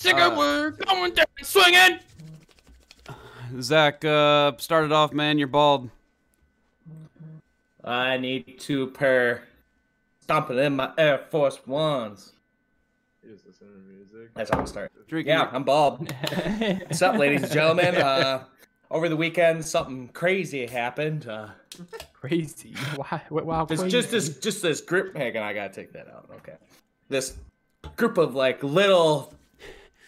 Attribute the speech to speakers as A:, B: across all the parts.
A: nigga,
B: Uh,
A: we're going down swinging.
B: Zach, uh, started off, man. You're bald.
C: I need two pair stomping in my Air Force Ones.
D: Is this in the music?
C: That's how I start.
B: Drinking.
C: Yeah, I'm bald. What's up, ladies and gentlemen? Uh, over the weekend, something crazy happened. Uh,
E: crazy. Why? Wow, wow,
C: it's
E: crazy.
C: just this, just this group. Hang on, I gotta take that out. Okay, this group of like little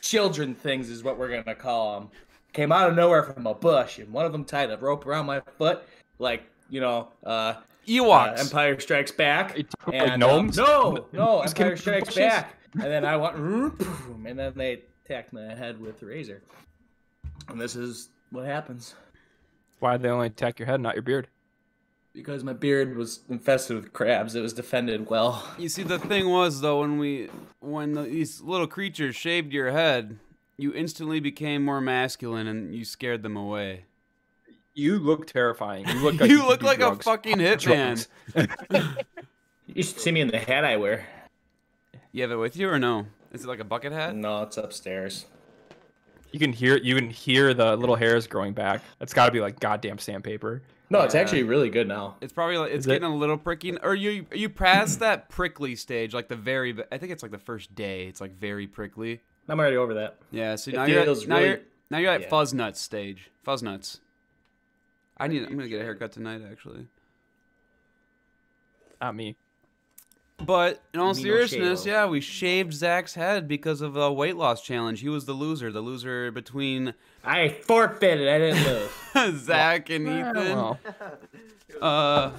C: children things is what we're gonna call them. Came out of nowhere from a bush, and one of them tied a rope around my foot, like you know, uh, uh,
B: Ewoks.
C: Empire Strikes Back.
E: It took, like,
C: um,
E: gnomes?
C: no, no,
E: Just
C: Empire
E: came out of the
C: Strikes
E: bushes?
C: Back. And then I went, boom, and then they attacked my head with a razor. And this is what happens
E: Why did they only attack your head, not your beard?
C: because my beard was infested with crabs. It was defended well.
B: You see, the thing was though, when we, when the, these little creatures shaved your head, you instantly became more masculine and you scared them away.
E: You look terrifying. You look like
B: You look
E: do
B: like a
E: drugs.
B: fucking hitman.
E: Drugs.
C: You should see me in the hat I wear.
B: You have it with you or no? Is it like a bucket hat?
E: Mm.
C: No, it's upstairs.
E: You can hear you can hear the little hairs growing back. That's got to be like goddamn sandpaper.
C: No, it's actually really good now.
B: It's probably like it's
E: Is it-
B: getting a little pricky. Or you are you past that prickly stage, like the very. I think it's like the first day. It's like very prickly.
C: I'm already over that.
B: Yeah. So
C: It
B: now you're,
C: feels
B: now
C: really-
B: you're now you're at
C: yeah.
B: fuzz nuts stage. Fuzz nuts. I need. I'm gonna get a haircut tonight, actually.
E: Not me.
B: But in all
C: mean no shave
B: seriousness,
C: over.
B: yeah, we shaved Zach's head because of a weight loss challenge. He was the loser. The loser between
C: I forfeited. I didn't lose.
B: Zach and
E: Oh,
B: Ethan.
E: well.
B: Uh,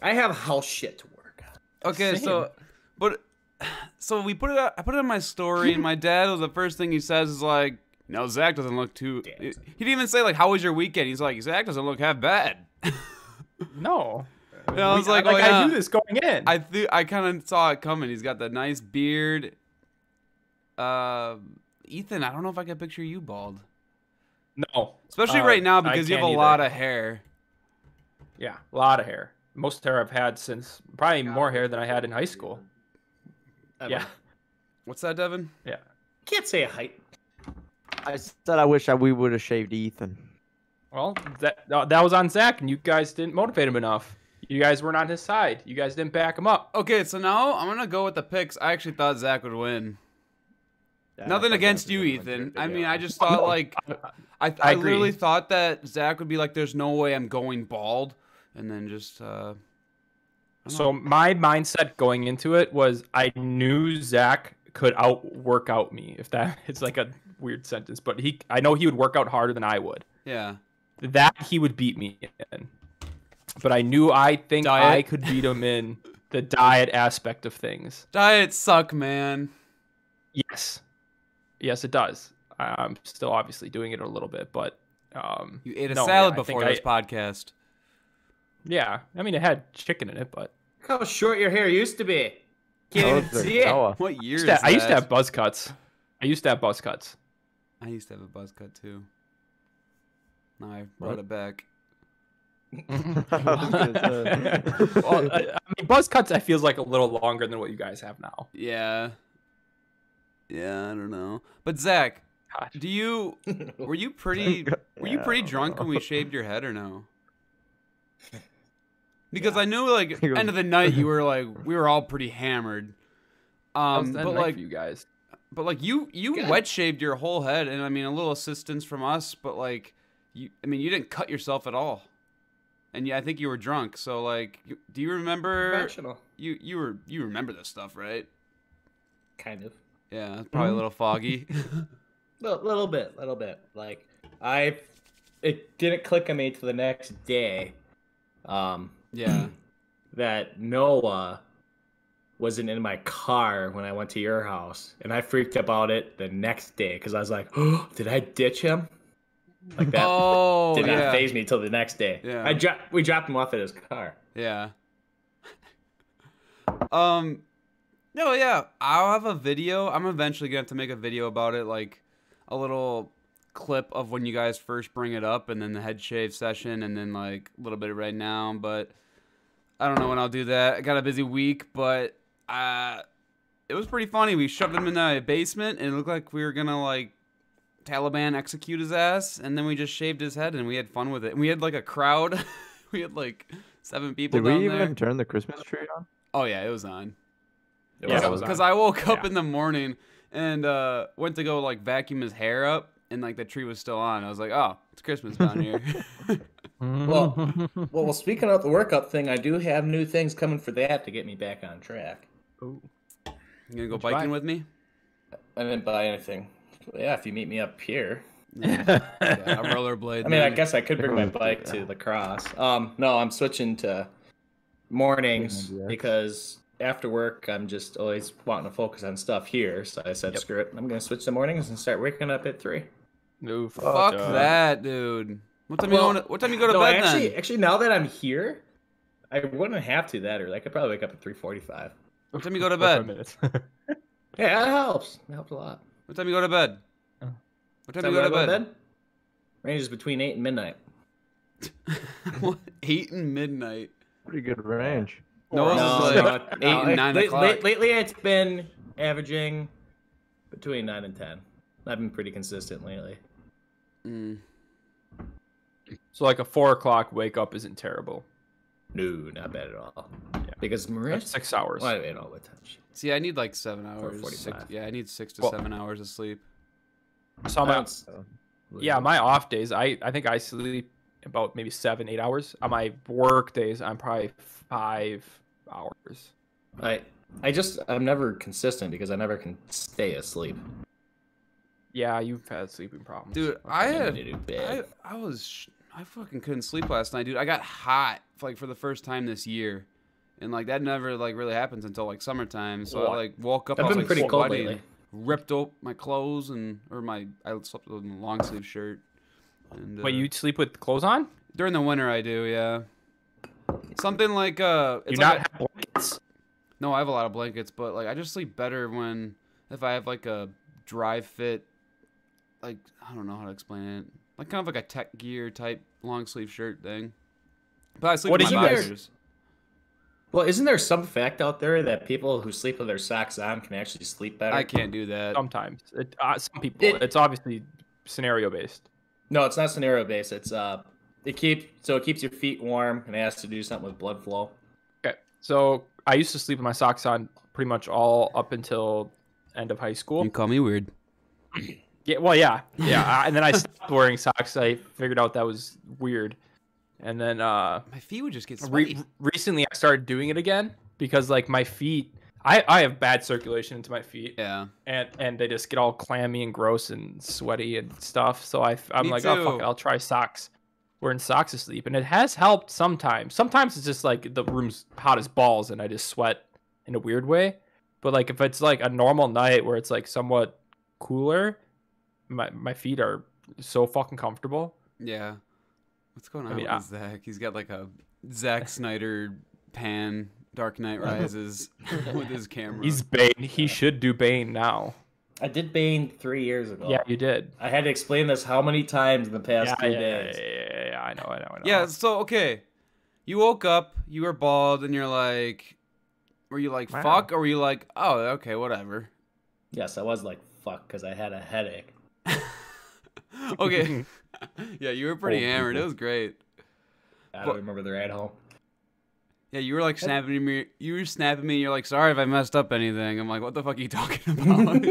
C: I have house shit to work on.
B: okay,
E: Same.
B: so, but so we put it. Out, I put it on my story, and my dad was the first thing he says is like, "No, Zach doesn't look too."
C: Damn,
B: He,
C: Zach.
B: he didn't even say like, "How was your weekend?" He's like, "Zach doesn't look half bad."
E: No.
B: And I was
E: We-
B: like, "Oh
E: I knew
B: yeah."
E: this going in.
B: I th- I kind of saw it coming. He's got that nice beard. Uh, Ethan, I don't know if I can picture you bald.
E: no.
B: Especially
E: Uh,
B: right now
E: I
B: because you have a
E: can't
B: lot
E: either.
B: of hair.
E: Yeah, a lot of hair. Most hair I've had since probably more hair than I had in high school.
C: I
E: Yeah,
B: What's that, Devin?
E: yeah.
C: can't say a height.
F: I said I wish I, we would have shaved Ethan.
E: Well, that uh, that was on Zach, and you guys didn't motivate him enough. You guys weren't on his side. You guys didn't back him up.
B: Okay, so now I'm gonna go with the picks. I actually thought Zach would win. Nothing against you, Ethan. I mean, I just thought like I, I,
E: I agree.
B: literally thought that Zach would be like, "There's no way I'm going bald," and then just uh,
E: So my mindset going into it was I knew Zach could outwork out me. If that it's like a weird sentence, but he I know he would work out harder than I would.
B: yeah.
E: That he would beat me in. But I knew I think I
B: Diet?
E: could beat him in the diet aspect of things.
B: Diets suck, man.
E: Yes. Yes, it does. I- I'm still obviously doing it a little bit, but um,
B: You ate a
E: no,
B: salad
E: I think
B: before
E: I-
B: this podcast.
E: yeah, I mean it had chicken in it, but
C: Look how short your hair used to be.
F: Oh,
C: Can't even
F: there
C: see
F: you
C: it.
F: go.
B: What year is
E: I used, to,
B: that?
E: I used to have buzz cuts. I used to have buzz cuts.
B: I used to have a buzz cut too. Now I brought
E: What?
B: it back.
F: I was gonna say.
E: well, I, I mean, buzz cuts I feels like a little longer than what you guys have now.
B: Yeah. Yeah, I don't know. But Zach,
E: Gosh.
B: do you were you pretty were you
F: Yeah,
B: pretty
F: I don't
B: drunk when we shaved your head or no? Because I knew like
F: He was-
B: end of the night you were like we were all pretty hammered. Um
E: That
B: but
E: was nice
B: like
E: for you guys,
B: but like you you wet shaved your whole head and I mean a little assistance from us, but like you I mean you didn't cut yourself at all. And yeah, I think you were drunk. So like you- do you remember
C: Professional.
B: you you were you remember this stuff, right?
C: Kind of.
B: Yeah, it's probably a little foggy.
C: Little, little bit, little bit. Like I, it didn't click on me till the next day, um,
B: yeah.
C: that Noah wasn't in my car when I went to your house, and I freaked about it the next day because I was like, oh, "Did I ditch him?" Like that
B: oh,
C: did
B: yeah.
C: not phase me till the next day.
B: Yeah.
C: I dro- we dropped him off at his car.
B: Yeah. um, no, yeah. I'll have a video. I'm eventually gonna have to make a video about it, like a little clip of when you guys first bring it up, and then the head shave session, and then like a little bit right now. But I don't know when I'll do that. I got a busy week, but uh, it was pretty funny. We shoved him in the basement, and it looked like we were gonna like Taliban execute his ass, and then we just shaved his head, and we had fun with it. And we had like a crowd. we had like seven people
F: Did
B: down
F: we even
B: there.
F: turn the Christmas tree on?
B: Oh yeah, it was on.
E: Yeah,
B: Yeah,
E: it was
B: because
E: on.
B: I woke up
E: Yeah.
B: in the morning and uh, went to go like vacuum his hair up, and like the tree was still on. I was like, oh, it's Christmas down here.
C: Well- Well, well, speaking of the workout thing, I do have new things coming for that to get me back on track.
B: you gonna go
E: Would you buy
B: biking
E: it?
B: with me?
C: I didn't buy anything. Yeah, if you meet me up here.
B: Yeah, a rollerblade.
C: I mean, I
B: man.
C: guess I could bring my bike to the cross. Um, no, I'm switching to mornings because after work I'm just always wanting to focus on stuff here. So I said, screw it. I'm gonna switch to mornings and start waking up at three.
E: No,
B: Fuck that, dude. What time
C: Well,
B: you going? To, what time you go to
C: no,
B: bed
C: actually,
B: then?
C: actually, now that I'm here, I wouldn't have to that early. I could probably wake up at three forty-five.
B: What time you go to bed?
C: Yeah, that helps. That helps a lot.
B: What time you go to bed?
E: Oh.
B: What time you go to bed?
C: Ranges between eight and midnight.
B: What? Eight and midnight.
F: Pretty good range.
B: No,
C: No,
B: it's
C: no,
B: like eight
C: no,
B: and nine
C: late-
B: o'clock.
C: late- lately, it's been averaging between nine and ten. I've been pretty consistent lately.
B: Mm.
E: So like a four o'clock wake up isn't terrible.
C: No, not bad at all.
E: Yeah.
C: Because Marissa,
E: That's six hours.
C: why wait all the time? She-
B: See, I need like seven hours. Six,
C: 4:45.
B: yeah, I need six to
E: Well-
B: seven hours of sleep.
E: So I'm
C: I
E: out-
C: don't-
E: yeah, my off days, I I think I sleep about maybe seven eight hours. On my work days, I'm probably five hours.
C: I I just I'm never consistent because I never can stay asleep.
E: Yeah, you've had sleeping problems,
B: Dude, I
C: I'm
B: had
C: gonna do
B: I,
C: bad.
B: I was sh- I fucking couldn't sleep last night, dude. I got hot like for the first time this year, and like that never like really happens until like summertime. So I
E: What?
B: like woke up.
C: I've
B: I was,
C: been
B: like,
C: pretty cold
B: sweating,
C: lately.
B: Ripped up my clothes and or my I slept in a long sleeve shirt. And,
E: But
B: uh,
E: you sleep with clothes on?
B: during the winter I do, yeah. Something like uh,
E: You
B: it's like
E: not
B: a-
E: have blankets?
B: no, I have a lot of blankets, but like I just sleep better when if I have like a dry fit, like I don't know how to explain it, like kind of like a tech gear type long sleeve shirt thing. But I sleep
E: What
B: in
E: is
B: my
E: in there?
B: boxers.
C: Well, isn't there some fact out there that people who sleep with their socks on can actually sleep better?
B: I can't do that.
E: Sometimes it, uh, some people.
C: It-
E: it's obviously scenario based.
C: No, it's not scenario based. It's uh, it keep so it keeps your feet warm and it has to do something with blood flow.
E: Okay. So I used to sleep with my socks on pretty much all up until end of high school.
B: You call me weird.
E: Yeah. Well, yeah, yeah. I, and then I stopped wearing socks. I figured out that was weird. And then uh,
B: My feet would just get sweaty.
E: re- recently I started doing it again because like my feet, I I have bad circulation into my feet,
B: yeah,
E: and and they just get all clammy and gross and sweaty and stuff. So I am
B: Me
E: like, oh fuck,
B: too.
E: it, I'll try socks. Wearing socks to sleep, and it has helped sometimes. Sometimes it's just like the room's hot as balls, and I just sweat in a weird way. But like if it's like a normal night where it's like somewhat cooler, my my feet are so fucking comfortable.
B: yeah. What's going on
E: mean,
B: with
E: I-
B: Zach? He's got like a Zack Snyder pan. Dark Knight Rises with his camera.
E: He's Bane. He should do Bane now.
C: I did Bane three years ago.
E: Yeah, you did.
C: I had to explain this how many times in the past
E: Yeah,
C: three
E: yeah, yeah,
C: days.
E: yeah, yeah, I know, I know, I know.
B: Yeah, so okay. You woke up, you were bald, and you're like were you like
E: Wow.
B: fuck or were you like, oh okay, whatever.
C: Yes, I was like fuck because I had a headache.
B: Okay. yeah, you were pretty hammered. It was great.
C: I don't
B: But-
C: remember the ride home.
B: Yeah, you were like snapping me you were snapping me, you're like, sorry if I messed up anything. I'm like, what the fuck are you talking about?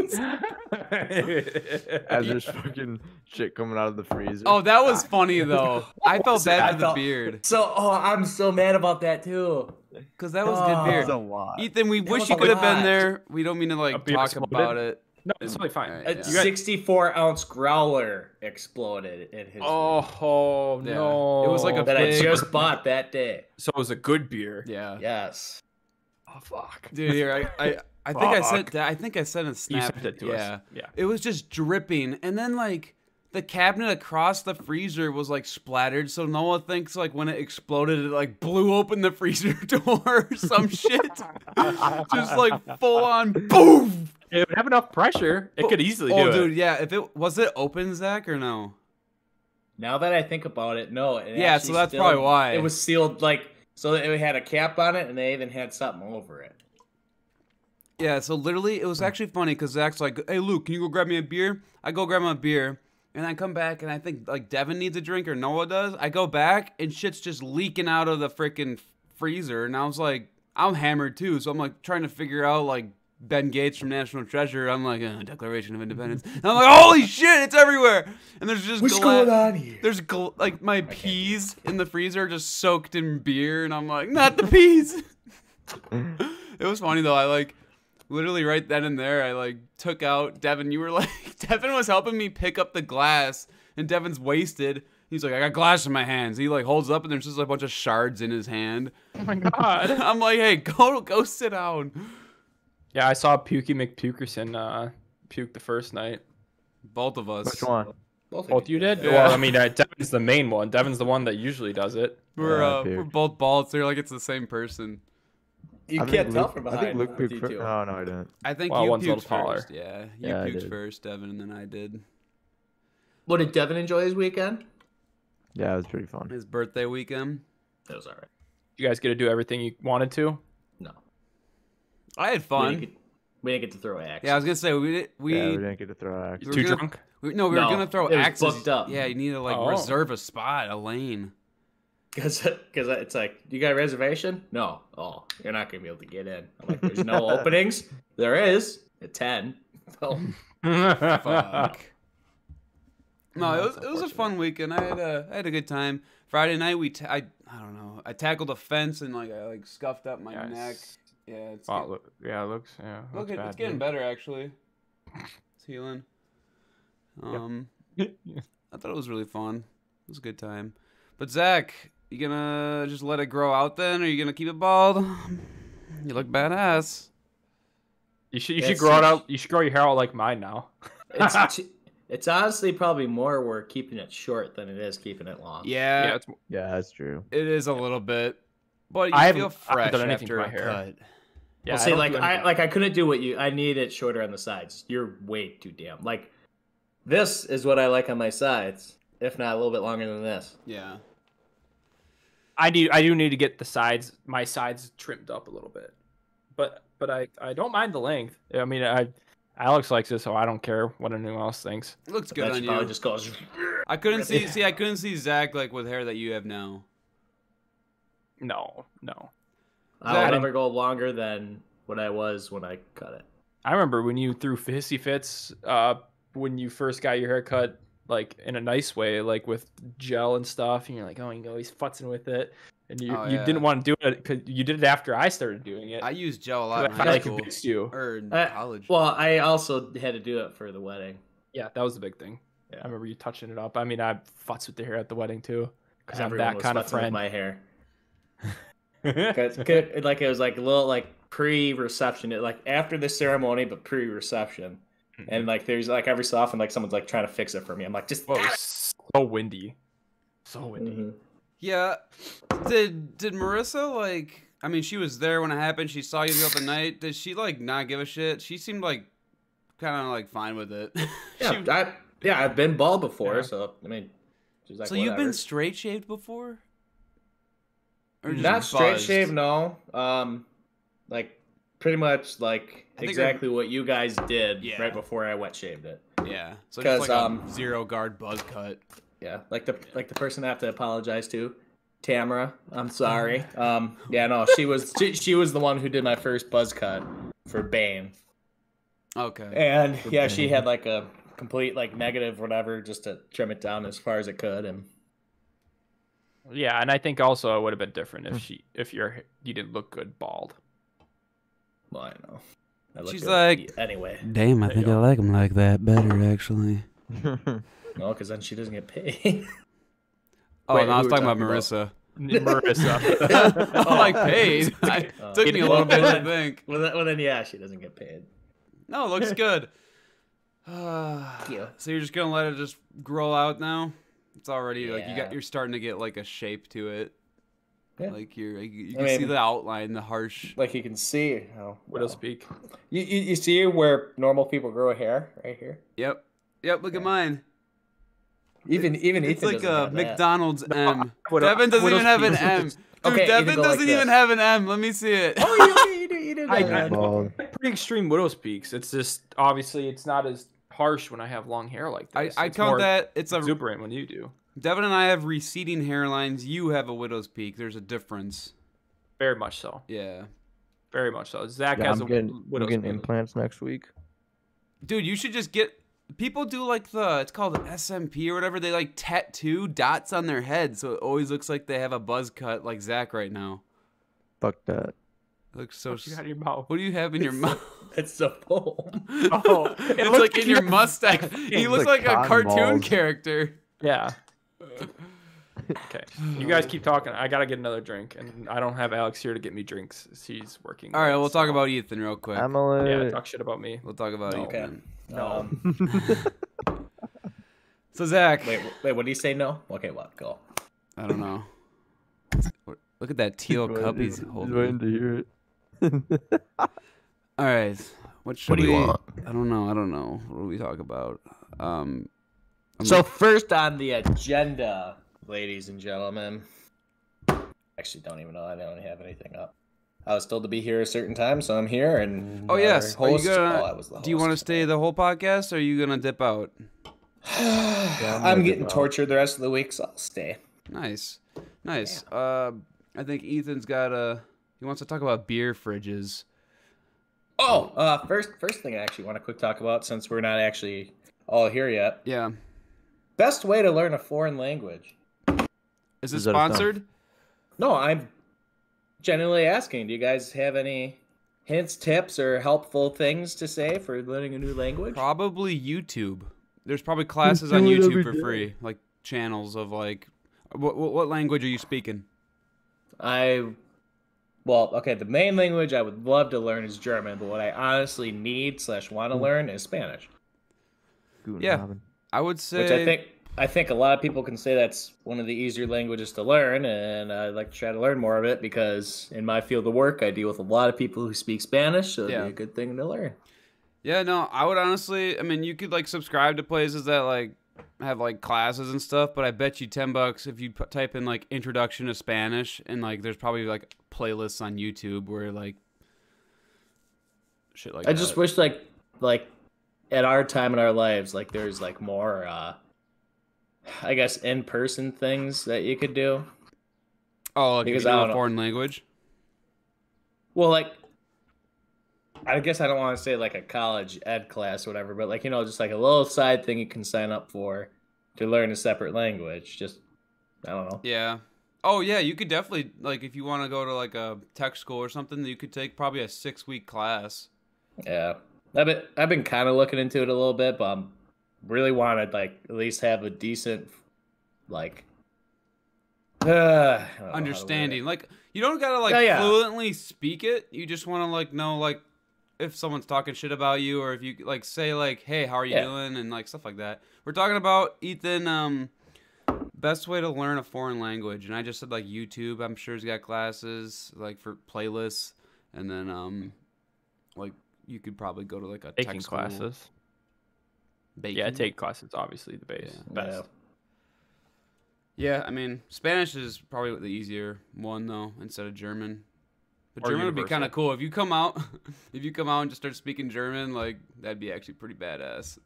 F: As there's fucking shit coming out of the freezer.
B: oh, that was funny though. I felt bad
C: I
B: for the
C: felt-
B: beard.
C: So, oh, I'm so mad about that too.
B: Because that was
C: Oh.
B: good
F: that's a
B: beard.
F: lot.
B: Ethan, we wish
C: was
B: you
C: a
B: could have been
C: lot.
B: there. We don't mean to like
E: beard
B: talk
E: exploded?
B: about it.
E: no, it's totally fine. Uh,
B: Alright,
C: A
B: yeah.
C: 64 ounce growler exploded in his.
E: Oh, oh
B: Yeah.
E: no!
B: It was like a
C: that I
B: big-
C: just bought that day.
E: so it was a good beer.
B: Yeah.
C: Yes.
E: Oh fuck!
B: Dude, here I, I, I think I sent
E: Fuck.
B: that. I think I sent a
E: You
B: snap.
E: sent it to
B: yeah.
E: us. Yeah.
B: It was just dripping, and then like the cabinet across the freezer was like splattered. So Noah thinks like when it exploded, it like blew open the freezer door or some shit. just like full on boom.
E: It would have enough pressure. It could easily
B: Oh,
E: do
B: dude,
E: it.
B: yeah. If it was it open, Zach, or no?
C: Now that I think about it, no. It
B: Yeah,
C: actually
B: so that's
C: still-
B: probably why.
C: It was sealed like, so it had a cap on it and they even had something over it.
B: Yeah, so literally, it
C: Hmm.
B: was actually funny because Zach's like, "Hey, Luke, can you go grab me a beer?" I go grab my beer, and I come back, and I think like Devin needs a drink or Noah does. I go back, and shit's just leaking out of the freaking freezer, and I was like, I'm hammered too, so I'm like trying to figure out like Ben Gates from National Treasure. I'm like, uh, Declaration of Independence. And I'm like, holy shit, it's everywhere, and there's just
C: What's
B: gla-
C: going on here?
B: There's gl- like my peas in the freezer just soaked in beer, and I'm like, not the peas. it was funny though. I like literally right then and there, I like took out Devin. You were like, Devin was helping me pick up the glass, and Devin's wasted. He's like, I got glass in my hands. He like holds up, and there's just a bunch of shards in his hand.
E: Oh my god.
B: I'm like, hey, go go sit down.
E: yeah, I saw Pukey McPukerson uh, puke the first night.
B: Both of us.
F: Which one?
C: Both,
E: Both you did?
B: Yeah.
E: Well, I mean, uh, Devin's the main one. Devin's the one that usually does it.
B: We're
F: Yeah,
B: uh,
F: dude.
B: we're both bald. So you're like, it's the same person.
C: You
F: I think
C: can't tell
F: Luke-
C: from
F: I
C: behind.
F: think Luke uh,
C: with
F: puked
C: you
F: fir-
C: two.
F: No, no, I didn't.
B: I think
E: Well,
B: you
E: one's a
B: puked
E: little taller.
B: first. Yeah, you
F: Yeah, I
B: puked
F: did.
B: first, Devin, and then I did.
C: What did Devin enjoy his weekend?
F: Yeah, it was pretty fun.
B: His birthday weekend.
C: It was all right.
E: You guys get to do everything you wanted to.
C: No.
B: I had
C: We
B: fun.
C: didn't, get, we didn't get to throw axe.
B: Yeah, I was gonna say we did, we,
F: yeah, we didn't get to throw axe.
B: We're
E: Too
B: good.
E: drunk.
B: we- no we
C: No,
B: were gonna throw
C: it was
B: axes.
C: booked up.
B: Yeah, you need to like
E: Oh.
B: reserve a spot, a lane.
C: Because it's like, you got a reservation? No. Oh, you're not going to be able to get in. I'm like, there's no openings? There is at 10. Well,
B: Fuck. no, it was it was a fun weekend. I had a I had a good time. Friday night we ta- I I don't know I tackled a fence and like I like scuffed up my
E: Yeah,
B: neck.
E: it's-
B: Yeah, it's
E: Oh,
B: get-
E: look, yeah, it looks. Yeah, it
B: look
E: looks
B: it,
E: bad,
B: it's getting better actually. It's healing. Um,
E: dude.
B: I thought it was really fun. It was a good time. But Zach, you gonna just let it grow out then, or you gonna keep it bald? You look badass.
E: you should you
C: Yeah,
E: should grow it
C: it's-
E: out. You should grow your hair out like mine now.
C: it's, t- it's honestly probably more we're keeping it short than it is keeping it long.
B: Yeah,
E: yeah, it's,
F: Yeah, that's true.
B: it is a little bit, but you
E: I haven't-
B: feel
E: I haven't
B: fresh
E: done anything to
B: after
E: my
B: a
E: hair.
B: cut.
E: yeah.
C: well,
E: I
C: see,
E: don't
C: like
E: do
C: I
E: anything.
C: like I couldn't do what you. I need it shorter on the sides. You're way too damn. Like this is what I like on my sides, if not a little bit longer than this.
B: Yeah,
E: I do I do need to get the sides my sides trimmed up a little bit. But but I I don't mind the length. I mean I Alex likes it so I don't care what anyone else thinks.
B: it looks good
C: That
B: on
C: should probably
B: you.
C: just goes.
B: I couldn't see. See, I couldn't see Zach like with hair that you have now.
E: No, no.
C: I'll
B: Zach-
C: never go longer than what I was when I cut it.
E: I remember when you threw hissy fits uh when you first got your hair cut like in a nice way like with gel and stuff and you're like oh you know he's futzing with it and you,
B: Oh,
E: you
B: yeah.
E: didn't want to do it cuz you did it after I started doing it.
B: I used gel a lot in
E: I
B: high
E: finally
B: school
E: convinced you.
B: or in
C: Uh,
B: college.
C: Well, I also had to do it for the wedding.
E: Yeah, that was the big thing.
C: Yeah.
E: I remember you touching it up. I mean, I futz with the hair at the wedding too, because I'm
C: Everyone
E: that
C: was
E: kind of
C: futzing with
E: friend.
C: My hair. 'Cause- 'cause it- like it was like a little like pre-reception, it- like after the ceremony, but pre-reception.
E: Hmm.
C: And like there's like every so often like someone's like trying to fix it for me. I'm like just
E: Whoa, it was so windy. So windy.
F: Mm.
C: Mhm.
B: yeah, did did Marissa like? I mean, she was there when it happened. She saw you throughout the night. Did she like not give a shit? She seemed like kind of like fine with it.
C: Yeah,
B: She-
C: I, yeah, I've been bald before,
E: Yeah.
C: so I mean, she's like,
B: so you've
C: "Whatever."
B: been straight shaved before? Or just
C: not straight
B: buzzed?
C: shave, no. Um, like pretty much like
B: think
C: exactly what you guys did
B: Yeah.
C: right before I wet shaved it.
B: Yeah. So
C: 'Cause,
B: just like
C: um,
B: a zero guard buzz cut.
C: Yeah, like the like the person I have to apologize to, Tamara. I'm sorry. Um, yeah, no, she was she, she was the one who did my first buzz cut for Bane,
B: Okay.
C: and yeah, she had like a complete like negative whatever just to trim it down as far as it could, and
E: Yeah, and I think also it would have been different
F: Mm.
E: if she, if your, you didn't look good bald.
C: well, I don't know. I looked
B: She's
C: good
B: like-
C: anyway.
B: Damn, I think I like him like that better actually.
C: No, because then she doesn't get paid.
B: Oh,
C: Wait,
B: no, I was
C: who were
B: talking about
C: we
B: Marissa.
E: Marissa.
B: I'm like paid. I,
C: Oh.
B: took me a little bit to think.
C: well, then, well, then yeah, she doesn't get paid.
B: No, it looks good.
C: you.
B: so you're just gonna let it just grow out now? It's already like you
C: Yeah.
B: got. You're starting to get like a shape to it.
C: Yeah.
B: Like you're, you, you
C: I
B: can see
C: mean-
B: the outline, the harsh.
C: Like you can see how.
E: Widow speak.
C: You, you you see where normal people grow hair right here.
B: Yep. Yep. Look at mine.
C: Even even
B: It's
C: Ethan
B: like
C: doesn't
B: a
C: have that.
B: McDonald's M.
E: Widow-
B: Devin doesn't
E: Widow's
B: even have an
E: penis is
B: M. Dude,
C: Okay, you can
B: Devin
C: go like
B: doesn't even
C: this.
B: have an M. Let me see it.
C: Oh, you, you, do- you, did
E: I-
C: that.
F: Bald.
E: pretty extreme widow's peaks. It's just obviously it's not as harsh when I have long hair like
B: I,
E: this.
B: I
E: It's
B: count
E: more
B: that it's a
E: exuberant when you do.
B: Devin and I have receding hairlines. You have a widow's peak. There's a difference.
E: Very much so.
B: Yeah,
E: Very much so. Zach
F: Yeah,
E: has
F: I'm
E: a
F: getting, I'm
E: widow's
F: getting
E: peak.
F: implants next week.
B: dude, you should just get. People do like the it's called SMP or whatever. They like tattoo dots on their head, so it always looks like they have a buzz cut, like Zach right now.
F: Fuck that.
B: It looks so.
E: What you
B: s-
E: got in your mouth?
B: What do you have in your mouth?
C: That's a poem.
E: Oh,
B: it's
E: it looks
B: like
E: like
B: in
E: you
B: your
E: have-
B: mustache. You
E: It's
B: look like
F: like
B: a
F: cotton
B: cartoon
F: balls.
B: character.
E: Yeah. Okay. You guys keep talking. I gotta get another drink, and I don't have Alex here to get me drinks. She's working.
B: All right, we'll talk
E: so-
B: about Ethan real quick.
E: Yeah,
F: Emily.
E: talk shit about me.
B: We'll talk about
C: Okay.
B: Ethan.
C: Um,
B: So Zach,
C: wait, wait. What did he say? No. Okay, what? Go.
B: I don't know. Look at that teal cup he's holding.
F: waiting to hear it.
B: All right. What should
F: What do you
B: we-
F: want?
B: I don't know. I don't know. What do we talk about? Um,
C: So first on the agenda, ladies and gentlemen. Actually, don't even know. I don't have anything up. I was told to be here a certain time, so I'm here. And
B: oh
C: our
B: yes. Are you
C: host-
B: gonna?
C: oh, I was the
B: do you want to
C: host.
B: stay the whole podcast, or are you gonna dip out?
C: I'm, getting tortured the rest of the week, so I'll stay.
B: Nice, nice. Uh, I think Ethan's got a. He wants to talk about beer fridges.
C: Oh, uh, first first thing I actually want to quick talk about since we're not actually all here yet.
B: Yeah.
C: Best way to learn a foreign language.
B: Is it
F: Is that a thumb?
B: sponsored?
C: No, I'm genuinely asking. Do you guys have any hints, tips, or helpful things to say for learning a new language?
B: Probably YouTube. There's probably classes on
F: do it
B: YouTube
F: every
B: for
F: day.
B: free, like channels of like. What, what, what language are you speaking?
C: I well, okay, the main language I would love to learn is German, but what I honestly need slash want to learn is Spanish.
F: Guten
B: Yeah.
F: Abend.
B: I would say.
C: Which I think I think a lot of people can say that's one of the easier languages to learn, and I'd like to try to learn more of it because in my field of work, I deal with a lot of people who speak Spanish, so it'd
B: Yeah.
C: be a good thing to learn.
B: Yeah, no, I would honestly. I mean, you could like subscribe to places that like have like classes and stuff, but I bet you ten bucks if you p- type in like introduction to Spanish and like there's probably like playlists on YouTube where like shit like
C: I just
B: that.
C: wish like like at our time in our lives, like there's like more, uh I guess, in person things that you could do.
B: oh like
C: because
B: you
C: I
B: know
C: don't
B: a
C: know.
B: foreign language.
C: Well, like, I guess I don't want to say like a college ed class or whatever, but like, you know, just like a little side thing you can sign up for to learn a separate language. Just, I don't know.
B: Yeah. Oh yeah, you could definitely like if you want to go to like a tech school or something, you could take probably a six week class.
C: Yeah. I've been, I've been kind of looking into it a little bit, but I'm really want to like at least have a decent, like, uh, I don't know how to word it.
B: understanding. Like you don't gotta like
E: Oh,
C: Yeah, yeah.
B: fluently speak it. You just want to like know like if someone's talking shit about you or if you like say like hey how are you
C: Yeah.
B: doing and like stuff like that. We're talking about Ethan. Um, best way to learn a foreign language, and I just said like YouTube. I'm sure he's got classes like for playlists, and then um, like you could probably go to like a
E: Taking
B: tech school.
E: classes.
B: Baking.
E: Yeah, take classes. Obviously, the base.
B: Yeah.
E: Best.
C: Yeah.
B: Yeah, I mean Spanish is probably the easier one though, instead of German. But
E: Or
B: German would be
E: universal.
B: kind of cool if you come out, if you come out and just start speaking German, like that'd be actually pretty badass.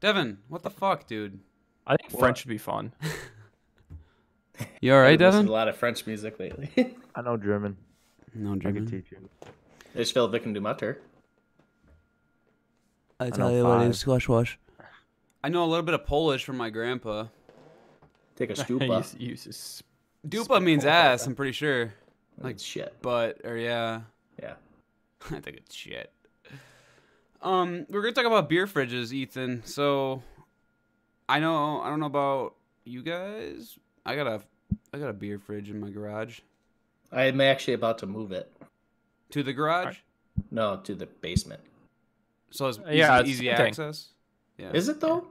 B: Devin, what the fuck, dude?
E: I think French would be fun.
B: You all right,
C: I've listened
B: Devin?
C: to a lot of French music lately.
F: I know German.
B: No
F: I can
B: German.
F: teach you.
C: Ich will wicken du Mutter.
B: I
F: tell know you what, five. it's
B: squash wash. I know a little bit of Polish from my grandpa.
C: Take a
E: You
C: stupa.
E: s- you s-
B: Dupa means ass, I'm pretty sure. Like-
C: like shit.
B: But or yeah,
C: Yeah.
B: I think it's shit. Um, we're gonna talk about beer fridges, Ethan. So, I know I don't know about you guys. I got a I got a beer fridge in my garage.
C: I'm actually about to move it.
B: To the garage,
C: No, to the basement.
B: so it's easy,
E: Yeah, it's
B: easy
E: one thing.
B: access. Yeah,
C: Is it though?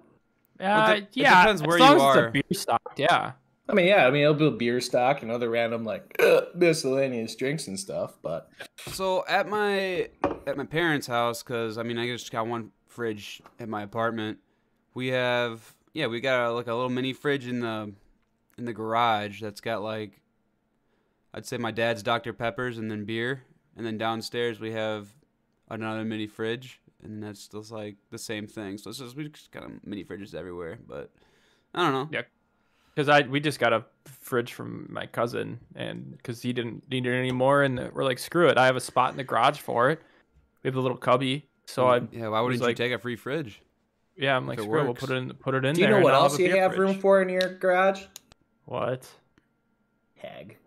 E: Uh,
B: de- it
E: yeah.
B: depends where
E: as long
B: you
E: as
B: are.
E: It's a beer stock. Yeah.
C: I mean, yeah. I mean, it'll be beer stock and other random like miscellaneous drinks and stuff. But
B: So at my at my parents' house, cause I mean I just got one fridge at my apartment. We have yeah we got a, like a little mini fridge in the in the garage that's got like I'd say my dad's Dr Peppers and then beer and then downstairs we have another mini fridge, and that's just like the same thing. So it's just we just got mini fridges everywhere, but I don't know.
E: Yeah. Because I we just got a fridge from my cousin, and because he didn't need it anymore, and we're like, screw it, I have a spot in the garage for it. We have a little cubby, so I
B: yeah, why
E: was
B: wouldn't
E: like-
B: you take a free fridge?
E: yeah, I'm like,
B: If it
E: screw it, we'll
B: works.
E: put it in, put it in
C: Do you
E: there
C: know
E: and
C: what
E: I'll
C: else
E: a
C: you
E: beer
C: have room
E: fridge."
C: for in your garage?
E: What?
C: Keg.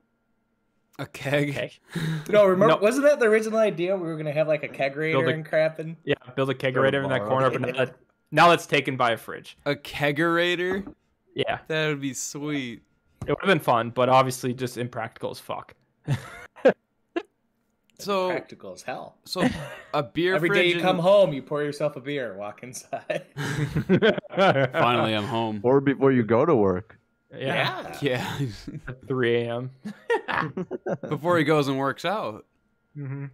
B: A keg.
E: Okay.
C: No, remember?
E: No.
C: Wasn't that the original idea? We were gonna have like a kegerator
E: Build a-
C: and crap, and
E: Yeah, build a kegerator in that
F: bar.
E: corner, but now, that, now that's taken by a fridge.
B: A kegerator?
E: Yeah,
B: That would be sweet.
E: it would have been fun, but obviously just impractical as fuck. Oh.
B: So
C: practical as hell.
B: so a beer
C: Every
B: fridge
C: day you
B: and-
C: come home, you pour yourself a beer, walk inside.
E: Finally,
B: Finally I'm home.
F: Or before you go to work.
E: yeah,
B: Yeah.
E: 3 a.m.
B: Before he goes and works out.
E: hmm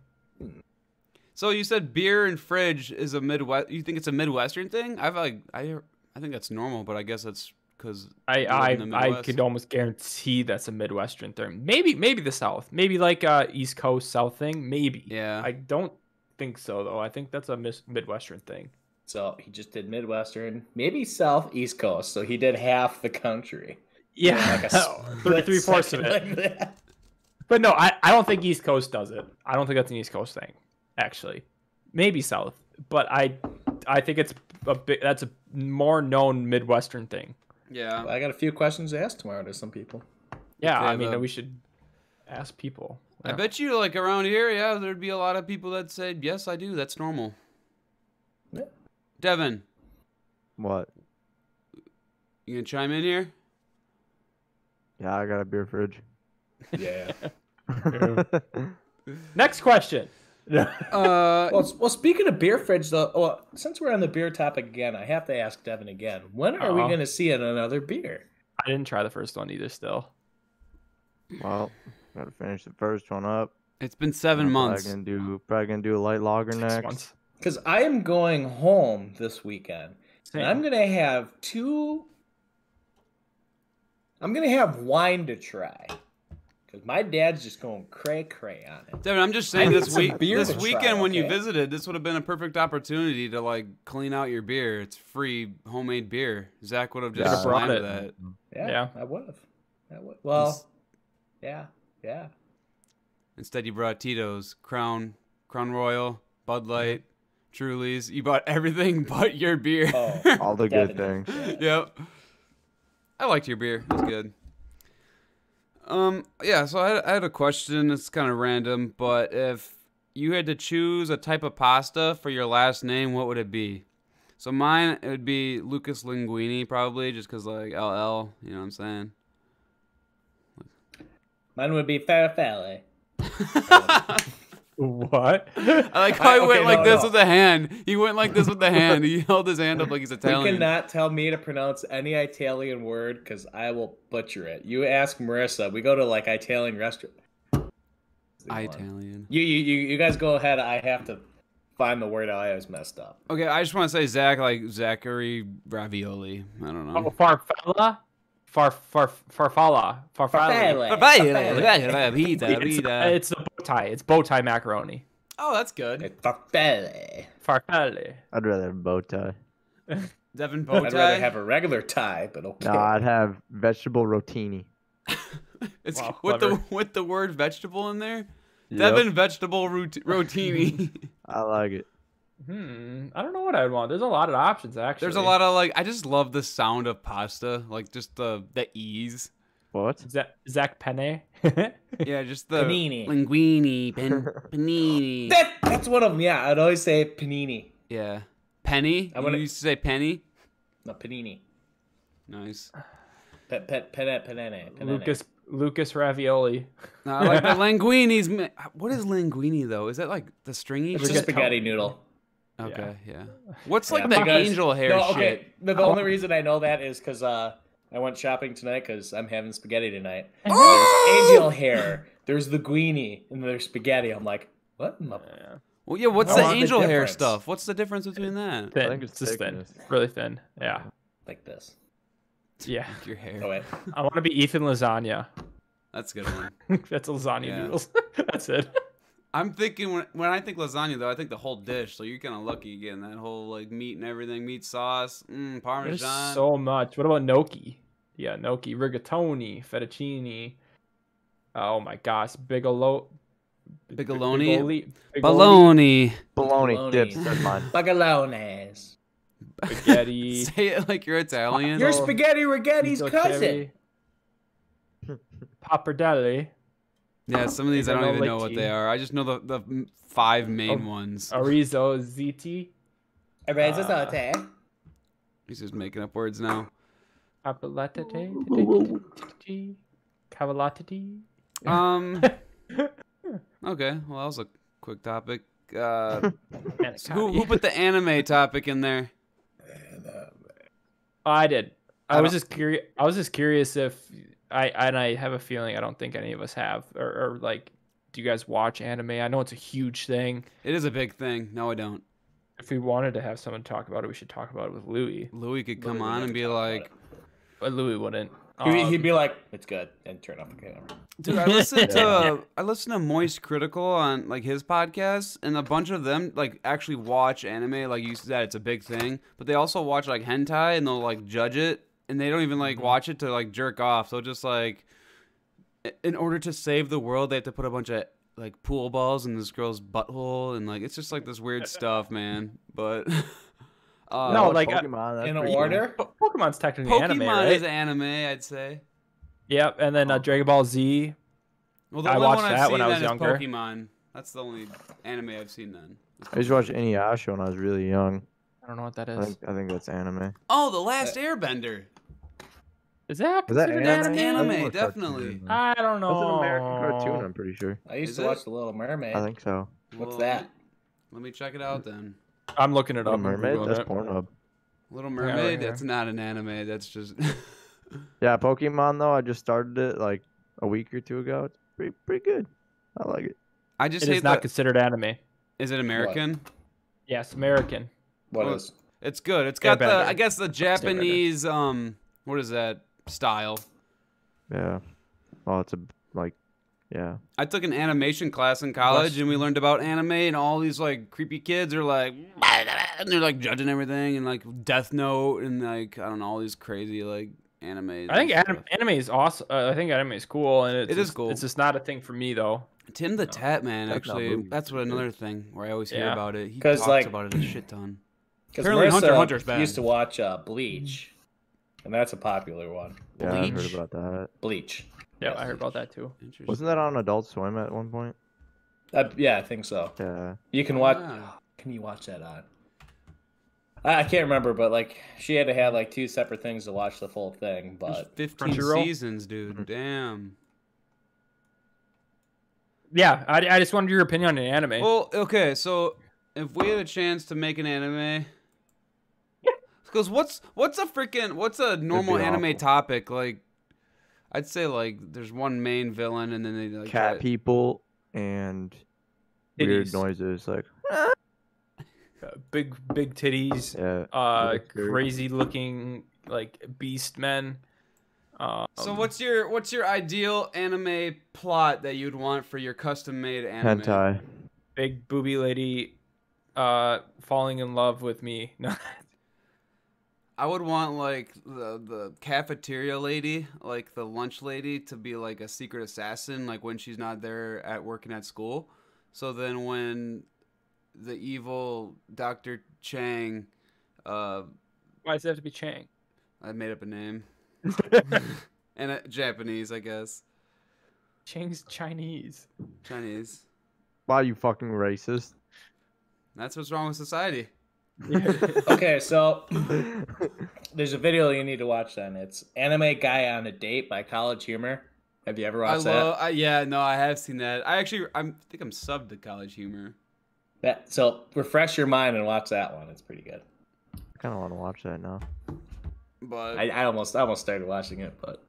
B: So you said beer and fridge is a Midwest. You think it's a Midwestern thing? I've like I I think that's normal, but I guess that's because
E: I I,
B: live in the
E: I
B: Midwest.
E: could almost guarantee that's a Midwestern term. Maybe maybe the South, maybe like uh East Coast South thing. Maybe.
B: yeah.
E: I don't think so though. I think that's a mis- Midwestern thing.
C: So he just did Midwestern, maybe South East Coast. So he did half the country.
E: Yeah,
C: split
E: three fourths of
C: second
E: it.
C: like that.
E: But no, I, I don't think East Coast does it. I don't think that's an East Coast thing, actually. Maybe South, but I I think it's a big that's a more known Midwestern thing.
B: yeah.
C: Well, I got a few questions to ask tomorrow to some people.
E: Yeah,
B: they
E: I
B: have
E: mean
B: a-
E: we should ask people.
B: I bet you like around here, yeah, there'd be a lot of people that said yes, I do. That's normal.
C: Yeah.
B: Devin,
F: What?
B: you gonna chime in here?
F: Yeah, I got a beer fridge.
C: Yeah.
E: Next question.
B: Uh,
C: well, s- well, speaking of beer fridge, though, well, since we're on the beer topic again, I have to ask Devin again. When are we
E: Uh-oh.
C: going to see an- another beer?
E: I didn't try the first one either. Still,
F: well, gotta finish the first one up.
B: it's been seven
F: I'm
B: months.
F: Probably gonna do probably gonna do a light lager
E: six
F: next.
E: months.
C: Because I am going home this weekend, and I'm
E: Same.
C: going to have two. I'm going to have wine to try. Because my dad's just going cray cray on it.
B: Devin, I'm just saying
C: need
B: this
C: some
B: week,
C: beer
B: this
C: to try,
B: weekend when you
C: okay?
B: visited, this would have been a perfect opportunity to like clean out your beer. It's free homemade beer. Zach would have just
F: Could've
E: brought
B: slammed
E: it.
B: that.
C: Yeah,
E: Yeah.
C: I would have. I would. Well,
B: It's-
C: yeah, yeah.
B: Instead, you brought Tito's, Crown, Crown Royal, Bud Light, Truly's. You bought everything but your beer.
C: Mm-hmm. Oh,
F: All the good
C: Definitely.
F: things.
B: yep. I liked your beer. It was good. Um, yeah, so I, I had a question. It's kind of random, but if you had to choose a type of pasta for your last name, what would it be? So mine, it would be Lucas Linguini, probably, just because, like, LL, you know what I'm saying?
C: Mine would be Farfalle.
E: What?
B: I like how he
C: I-
B: went
C: okay,
B: like
C: no,
B: this
C: no.
B: with a hand. He went like this with the hand. He held his hand up like he's
C: You
B: Italian.
C: cannot tell me to pronounce any Italian word because I will butcher it. You ask Marissa. We go to like Italian restaurant.
B: Italian.
C: You, you you you guys go ahead. I have to find the word I always messed up.
B: Okay, I just want to say Zach, like Zachary Ravioli. I don't
E: Oh,
B: know.
E: farfalla, far far farfalla, farfalla.
C: Farfalle.
E: It's, it's the bow tie. It's bow tie macaroni.
B: Oh, that's good.
C: Farfalle.
E: Farfalle.
F: I'd rather have a bow tie.
B: Devin
C: I'd rather
B: Bowtie.
C: have a regular tie, but okay.
F: No, I'd have vegetable rotini.
B: It's
E: Wow,
B: with
E: clever.
B: the with the word vegetable in there.
F: Yep,
B: Devin vegetable rot- rotini.
F: I like it.
E: Hmm. I don't know what I'd want. There's a lot of options actually.
B: There's a lot of like I just love the sound of pasta, like just the the ease.
F: What?
E: Zach, Zach Penne.
B: Yeah, just the
C: Panini.
B: linguini, pan, panini.
C: That, that's one of them. Yeah, I'd always say panini.
B: Yeah. Penny?
C: I wanna-
B: You used to say penny?
C: No, panini.
B: Nice.
C: Pet pet pet panene. panene.
E: Lucas Lucas Ravioli.
B: No, I like the linguini's. ma- What is linguini though? Is that like the stringy?
C: It's
B: shit?
C: a spaghetti noodle.
B: okay, yeah. What's like
C: Yeah,
B: the
C: because-
B: angel hair
C: No,
B: shit?
C: okay. The, the only reason I know that is because uh, I went shopping tonight because I'm having spaghetti tonight. There's angel hair. There's the guini, and there's spaghetti. I'm like, what? In the...
E: Yeah.
B: Well, yeah. What's
C: I
B: the
C: want the
B: angel hair
C: difference.
B: stuff? What's the difference between that?
E: Thin.
F: think it's
E: just thin.
F: thickness.
E: Really thin. Yeah.
C: Like this.
E: Yeah.
B: Your hair.
C: Oh wait.
E: I want to be Ethan Lasagna.
B: That's a good one.
E: That's lasagna
B: Yeah.
E: noodles. That's it.
B: I'm thinking when, when I think lasagna though, I think the whole dish. So you're kind of lucky again. That whole like meat and everything, meat sauce, mm,
E: There's
B: parmesan.
E: so much. What about gnocchi? Yeah, gnocchi, rigatoni, fettuccine. Oh my gosh, bigolo. b- b-
B: Bigaloni?
E: bigoli- bigoli-
B: Bologna.
F: Bologna,
C: Bologna.
F: dips. That's mine.
C: Bagalones.
E: Spaghetti.
B: Say it like you're Italian.
C: You're
E: Oh.
C: spaghetti Rigetti's
E: Miso
C: cousin.
E: cherry, Pappardelle.
B: yeah, some of these I don't even know what
E: Bigaloni.
B: they are. I just know the, the m- five main
E: Oh.
B: ones.
E: Arizo ziti.
C: Everybody's
B: Ah.
C: a
E: Uh,
C: saute.
B: He's just making up words now.
E: Appalatate. Cavalatati.
B: Um. okay. Well, that was a quick topic. Uh, so who, who put the anime topic in there? uh,
E: I did. I,
B: I
E: was just curious. I was just curious if I and I have a feeling I don't think any of us have or, or like. Do you guys watch anime? I know it's a huge thing.
B: It is a big thing. No, I don't.
E: If we wanted to have someone talk about it, we should talk about it with Louis.
B: Louis could come
C: Louis, we
B: on
C: gotta
B: and be
C: talk about
B: like,
E: But Louis wouldn't.
C: He'd-
E: Um,
C: He'd be like, it's good, and turn off the camera.
B: Dude, I listened to I listened to Moist Critical on like his podcast, and a bunch of them like actually watch anime. Like you said, it's a big thing, but they also watch like hentai and they'll like judge it, and they don't even like
C: Mm-hmm.
B: watch it to like jerk off. They'll just like, i- in order to save the world, they have to put a bunch of like pool balls in this girl's butthole, and like it's just like this weird stuff, man. But uh,
E: No,
F: Oh,
E: like, uh,
F: Pokemon, that's
C: In
F: pretty
C: order?
E: Po- Pokemon's technically
B: Pokemon
E: anime, right?
B: is Oh. anime, I'd say.
E: Yep, and then uh, Dragon Ball Z.
B: Well, the
E: I
B: only
E: watched
B: one I've
E: that when
B: seen
E: I was
B: then is
E: younger.
B: Pokemon. That's the only anime I've seen then.
F: cool. I used to watch Inuyasha when I was really young.
E: I don't know what that
F: I
E: is.
F: think, I think that's anime.
B: Oh, The
E: Uh,
B: Last Airbender.
E: Is that
F: Is that
E: considered
B: That's
E: anime?
B: anime,
F: I think that's cartoon,
B: definitely. Oh.
F: isn't it?
E: I don't know.
F: That's an American cartoon, I'm pretty sure.
C: I used
B: Is
C: to
B: it?
C: watch The Little Mermaid.
F: I think so.
C: What's
B: Well,
C: that?
B: Let me check it out then.
E: I'm looking it up.
F: Little
E: and
F: Mermaid?
E: Googling
F: That's
E: it.
F: Pornhub.
B: Little
E: right
B: Mermaid.
E: here.
B: that's not an anime. That's just.
F: Yeah, Pokemon though, I just started it like a week or two ago. It's pretty pretty good. I like it.
B: I just
E: It
B: hate
E: is not
B: that.
E: considered anime.
B: Is it American?
E: Yes, American.
C: What
B: Well,
C: is?
B: It's good. It's got the
E: Airbender.
B: I guess the
E: Airbender.
B: Japanese um what is that style?
F: Yeah. Well, it's a like, yeah.
B: I took an animation class in college and we learned about anime and all these like creepy kids are like and they're like judging everything and like Death Note and like I don't know all these crazy like anime.
E: I think anim- anime is awesome. Uh, I think anime is cool, and it's
B: It is
E: just-
B: cool.
E: It's just not a thing for me though.
B: Tim
E: Oh,
B: the Tap Man
F: Death Note
B: actually
F: movie.
B: that's what another thing where I always hear
E: Yeah.
B: about it. He
C: 'Cause,
B: talks
C: like-
B: about it a shit ton.
C: Because
B: Apparently Hunter x Hunter's bad.
C: used to watch uh, Bleach, and that's a popular one.
F: Yeah, I heard
B: Bleach?
F: about that.
C: Bleach.
E: Yeah, I heard about that too.
B: Interesting.
F: Wasn't that on Adult Swim at one point?
C: Uh, yeah, I think so.
F: Yeah.
C: You can watch.
B: Ah.
C: Can you watch that on? I, I can't remember, but like she had to have like two separate things to watch the full thing.
B: There's
C: But
B: 15
E: Crunchyroll?
B: seasons, dude. Damn.
E: Yeah, I, I just wanted your opinion on anime.
B: Well, okay, so if we had a chance to make an anime, because what's what's a freaking what's a normal
F: be
B: anime
F: awful.
B: topic like? I'd say like there's one main villain and then they like
F: Cat
B: try-
F: people and
E: Titties.
F: weird noises like
E: Uh, big big titties,
F: yeah.
E: uh,
F: Sure.
E: crazy looking like beast men. Um,
B: So what's your what's your ideal anime plot that you'd want for your custom made anime?
F: Hentai.
E: big booby lady uh falling in love with me? No,
B: I would want like the the cafeteria lady, like the lunch lady, to be like a secret assassin, like when she's not there at working at school. So then when the evil Doctor Chang, uh,
E: why does it have to be Chang?
B: I made up a name, and uh, Japanese, I guess,
E: Chang's Chinese.
B: Chinese.
F: Wow, you fucking racist.
B: That's what's wrong with society.
C: okay, so
F: I've
C: there's a video you need to watch. Then it's anime guy on a date by College Humor. Have you ever
B: I
C: watched that?
B: love. I, yeah, no, I have seen that. I actually, I'm, I think I'm subbed to College Humor.
C: That so refresh your mind and watch that one. It's pretty good.
F: kind of want to watch that now.
B: But
C: I, I almost I almost started watching it, but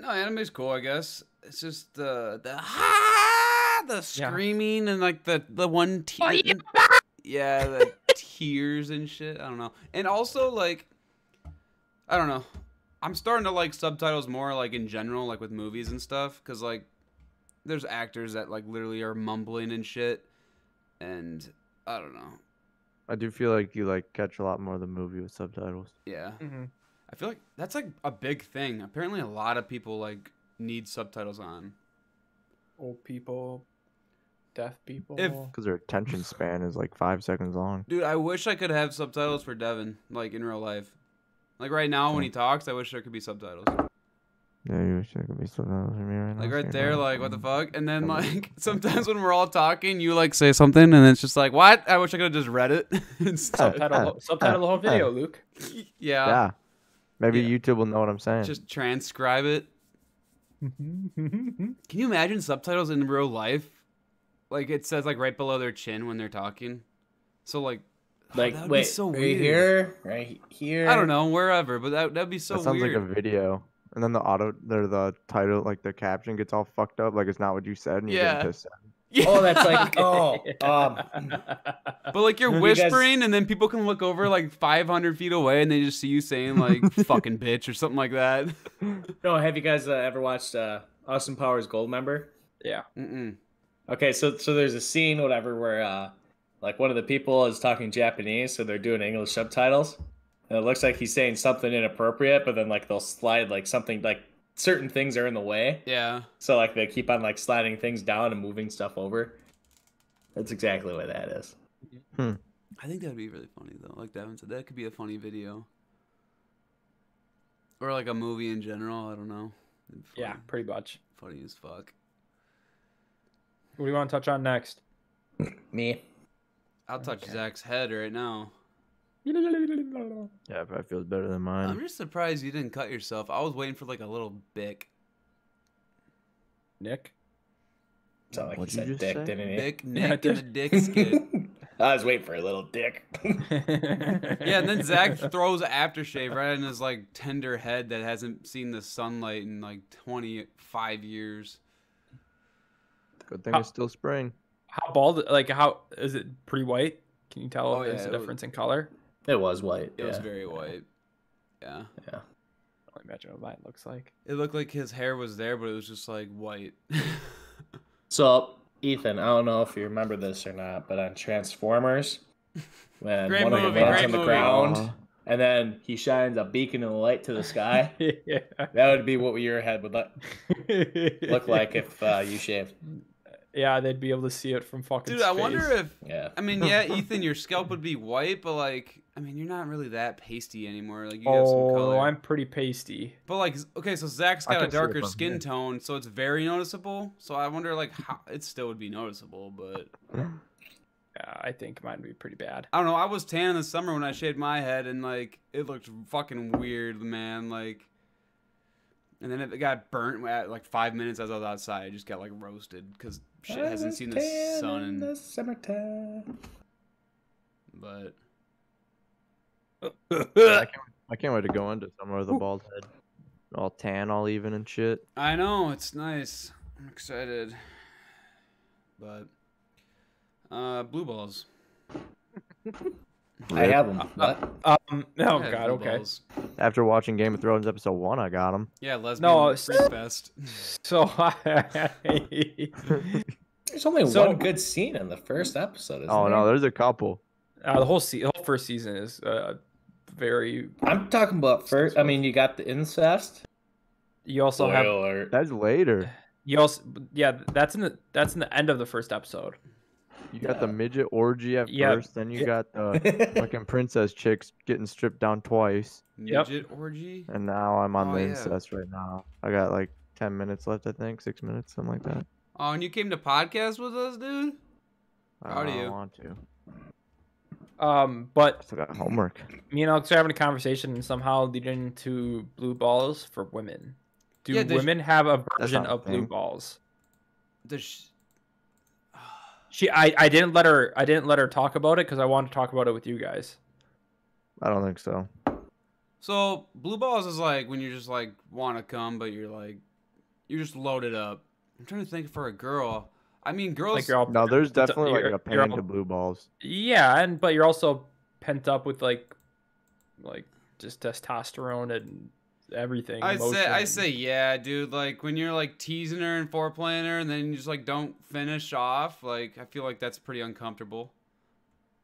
B: No, anime's cool, I guess. It's just the the ah, the
E: Yeah.
B: screaming and like the the one tear. yeah. the tears and shit. I don't know. And also like, I don't know. I'm starting to like subtitles more, like in general, like with movies and stuff, because like there's actors that like literally are mumbling and shit, and I don't know.
F: I do feel like you like catch a lot more of the movie with subtitles.
B: Yeah,
E: Mhm.
B: I feel like that's like a big thing. Apparently, a lot of people like need subtitles on.
E: Old people, deaf people.
F: Because their attention span is like five seconds long.
B: Dude, I wish I could have subtitles for Devin, like in real life. Like right now when he talks, I wish there could be subtitles.
F: Yeah, you wish there could be subtitles for me right now.
B: Like
F: so
B: right
F: you
B: there,
F: know.
B: like what the fuck? And then
F: Yeah.
B: like sometimes when we're all talking, you like say something and it's just like, what? I wish I could have just read it instead.
E: subtitle,
F: uh,
E: subtitle the whole
F: uh.
E: video, Luke.
B: yeah,
F: Yeah. Maybe
B: Yeah.
F: YouTube will know what I'm saying.
B: Just transcribe it. Can you imagine subtitles in real life? Like it says like right below their chin when they're talking. So like, oh,
C: Like,
B: that would be
C: wait,
B: so
C: right
B: weird.
C: here, right here.
B: I don't know, wherever, but that that'd be so
F: that sounds
B: weird.
F: like a video. And then the auto, or the title, like the caption gets all fucked up. Like it's not what you said. And you're
B: Yeah.
F: getting pissed off.
B: yeah.
C: Oh, that's like, oh, um,
B: But like you're
C: Have you guys-
B: whispering, and then people can look over like 500 feet away, and they just see you saying like "fucking bitch" or something like that.
C: no. Have you guys uh, ever watched uh, Austin Powers Gold Member?
E: yeah.
B: Mm-mm.
C: Okay, so so there's a scene, whatever, where uh, like one of the people is talking Japanese, so they're doing English subtitles, and it looks like he's saying something inappropriate, but then like they'll slide like something like certain things are in the way,
B: Yeah,
C: so like they keep on like sliding things down and moving stuff over. That's exactly what that is.
B: I think that'd be really funny though. Like Devin said, that could be a funny video, or like a movie in general. I don't know. It'd be
E: Yeah,
B: funny.
E: pretty much.
B: funny as fuck.
E: What do you want to touch on next?
C: Me.
B: I'll touch Zach's head right now.
F: Yeah, it probably feels better than mine.
B: I'm just surprised you didn't cut yourself. I was waiting for like a little bick,
E: Nick?
C: Sound like
F: What'd
C: he
F: you
C: said
F: just
C: dick,
F: say?
C: didn't he?
B: bick
E: Yeah, I
B: Nick and
E: did.
B: a dick skid.
C: I was waiting for a little dick.
B: Yeah, and then Zach throws aftershave right in his like tender head that hasn't seen the sunlight in like 25 years.
F: Good thing
E: How-
F: it's still spring.
E: How bald? Like, how is it pretty white? Can you tell
B: Oh,
E: if there's
B: yeah, it
E: a
B: was-
E: difference in color?
C: it was white.
B: It
C: yeah.
B: was very white. Yeah.
C: yeah.
E: I can imagine what mine looks like.
B: It looked like his hair was there, but it was just like white.
C: So, Ethan, I don't know if you remember this or not, but on Transformers, when
B: Great
C: one of
B: movie,
C: them lands
B: great
C: on the
B: movie.
C: ground
F: Aw.
C: and then he shines a beacon of light to the sky,
E: yeah.
C: that would be what your head would look, look like if uh, you shaved.
E: Yeah, they'd be able to see it from fucking
B: Dude, I wonder
E: space.
B: if.
C: Yeah.
B: I mean, yeah, Ethan, your scalp would be white, but like, I mean, you're not really that pasty anymore. Like, you have some
E: Oh,
B: color.
E: I'm pretty pasty.
B: But like, okay, so Zach's
F: I
B: got a
F: can see it
B: darker
F: from
B: skin
F: here.
B: tone, so it's very noticeable. So I wonder, like, how it still would be noticeable, but
E: Yeah, I think mine would be pretty bad.
B: I don't know. I was tan in the summer when I shaved my head, and like it looked fucking weird, man. Like, and then it got burnt at like five minutes as I was outside. I just got like roasted because shit
C: I
B: hasn't
C: was
B: seen the
C: tan
B: sun.
C: in
B: And,
C: the summertime.
B: But
F: Yeah, I, can't, I can't wait to go into somewhere with a bald head. All tan, all even and shit.
B: I know it's nice. I'm excited. But uh, blue balls.
C: I have
B: Uh,
C: them. What?
E: Um,
B: I
E: oh
B: have
E: god,
B: blue
E: okay.
B: balls.
F: After watching Game of Thrones episode one, I got him.
B: Yeah, lesbian.
E: No,
B: No,
E: it's-
B: fest.
E: So I,
C: There's only
E: So-
C: one good scene in the first episode. Isn't
F: Oh no,
C: there?
F: there's a couple.
E: uh, the whole se- the whole first season is uh, very.
C: I'm talking about first. I mean, you got the incest.
E: You also have
C: Spoiler.
F: That's later.
E: you also yeah that's in the that's in the end of the first episode.
F: You got the midget orgy at
E: Yeah.
F: first, then you got the fucking princess chicks getting stripped down twice,
E: Yep.
B: Midget orgy.
F: and now I'm on
B: Oh,
F: the
B: yeah.
F: incest right now. I got like ten minutes left, I think, six minutes, something like that.
B: Oh, and you came to podcast with us, dude.
F: I
B: Proud
F: don't
B: of
F: know, I
B: you.
F: want to.
E: Um, but
F: Still got homework.
E: me and Alex are having a conversation, and somehow leading to blue balls for women. Do
B: Yeah, there's-
E: women have a version
F: not a
E: of blue
F: thing.
E: balls?
B: The sh-
E: She, I, I didn't let her, I didn't let her talk about it because I wanted to talk about it with you guys.
F: I don't think so.
B: So blue balls is like when you're just like want to come, but you're like you're just loaded up. I'm trying to think for a girl. I mean, girls.
E: Like you're all
F: No, there's
E: That's-
F: definitely like
E: you're-
F: a
E: you're
F: pain
E: all-
F: to blue balls.
E: Yeah, and but you're also pent up with like like just testosterone and everything.
B: I say, I
E: emotion.
B: say, yeah, dude. Like when you're like teasing her and foreplaying her, and then you just like don't finish off. Like I feel like that's pretty uncomfortable.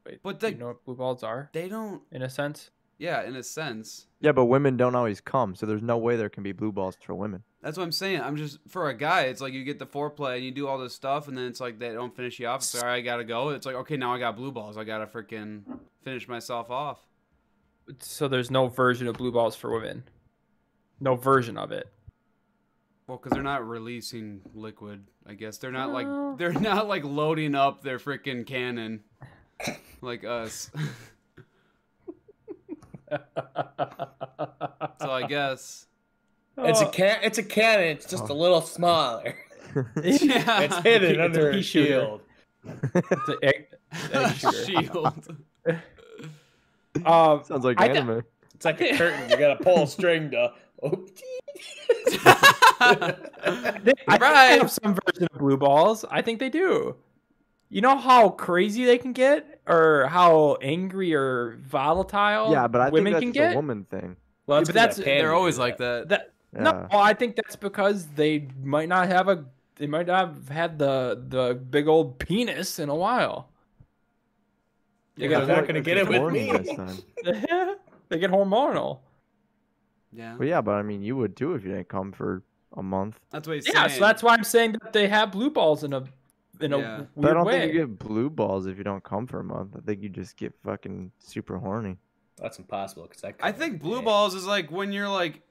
E: Wait,
B: but
E: do
B: the-
E: you know what blue balls are
B: They don't.
E: in a sense.
B: Yeah, in a sense,
F: Yeah, but women don't always come, so there's no way there can be blue balls for women.
B: that's what I'm saying. I'm just for a guy, it's like you get the foreplay and you do all this stuff, and then it's like they don't finish you off. It's like, all right, I gotta go. It's like okay, now I got blue balls. I gotta freaking finish myself off.
E: So there's no version of blue balls for women. No version of it.
B: Well, because they're not releasing liquid. I guess they're not
E: No.
B: like they're not like loading up their freaking cannon, like us. so I guess.
C: It's a
E: uh, Oh.
C: can. It's a cannon. It's just a little smaller.
B: Yeah.
C: It's hidden
E: It's a
C: under
E: pea
C: a
E: shooter.
C: shield.
E: It's a egg- egg shooter.
B: Shield.
E: Um,
F: Sounds like
E: I d-
F: anime.
C: It's like a curtain. You got to pull a string to. Oh,
E: I think I think they
B: Right.
E: have some version of blue balls. I think they do. You know how crazy they can get, or how angry or volatile.
F: yeah, but I
E: women
F: think
E: can
F: that's
E: get.
F: a woman thing.
C: well,
E: Yeah, but that's-
C: because I
B: They're
C: can
B: always
C: do
B: like that.
E: That no, well, I think that's because they might not have a they might not have had the the big old penis in a while. They
C: Yeah,
E: got
C: they're
E: hor-
C: not gonna get it with me.
F: This time.
E: they get hormonal.
B: Yeah.
F: Well, yeah, but I mean, you would too if you didn't come for a month.
B: That's what he's
E: Yeah,
B: saying.
E: so that's why I'm saying that they have blue balls in a in a
B: Yeah.
E: weird
F: But I don't
E: way.
F: think you get blue balls if you don't come for a month. I think you just get fucking super horny.
C: That's impossible because I.
B: I
C: couldn't.
B: think blue balls is like when you're like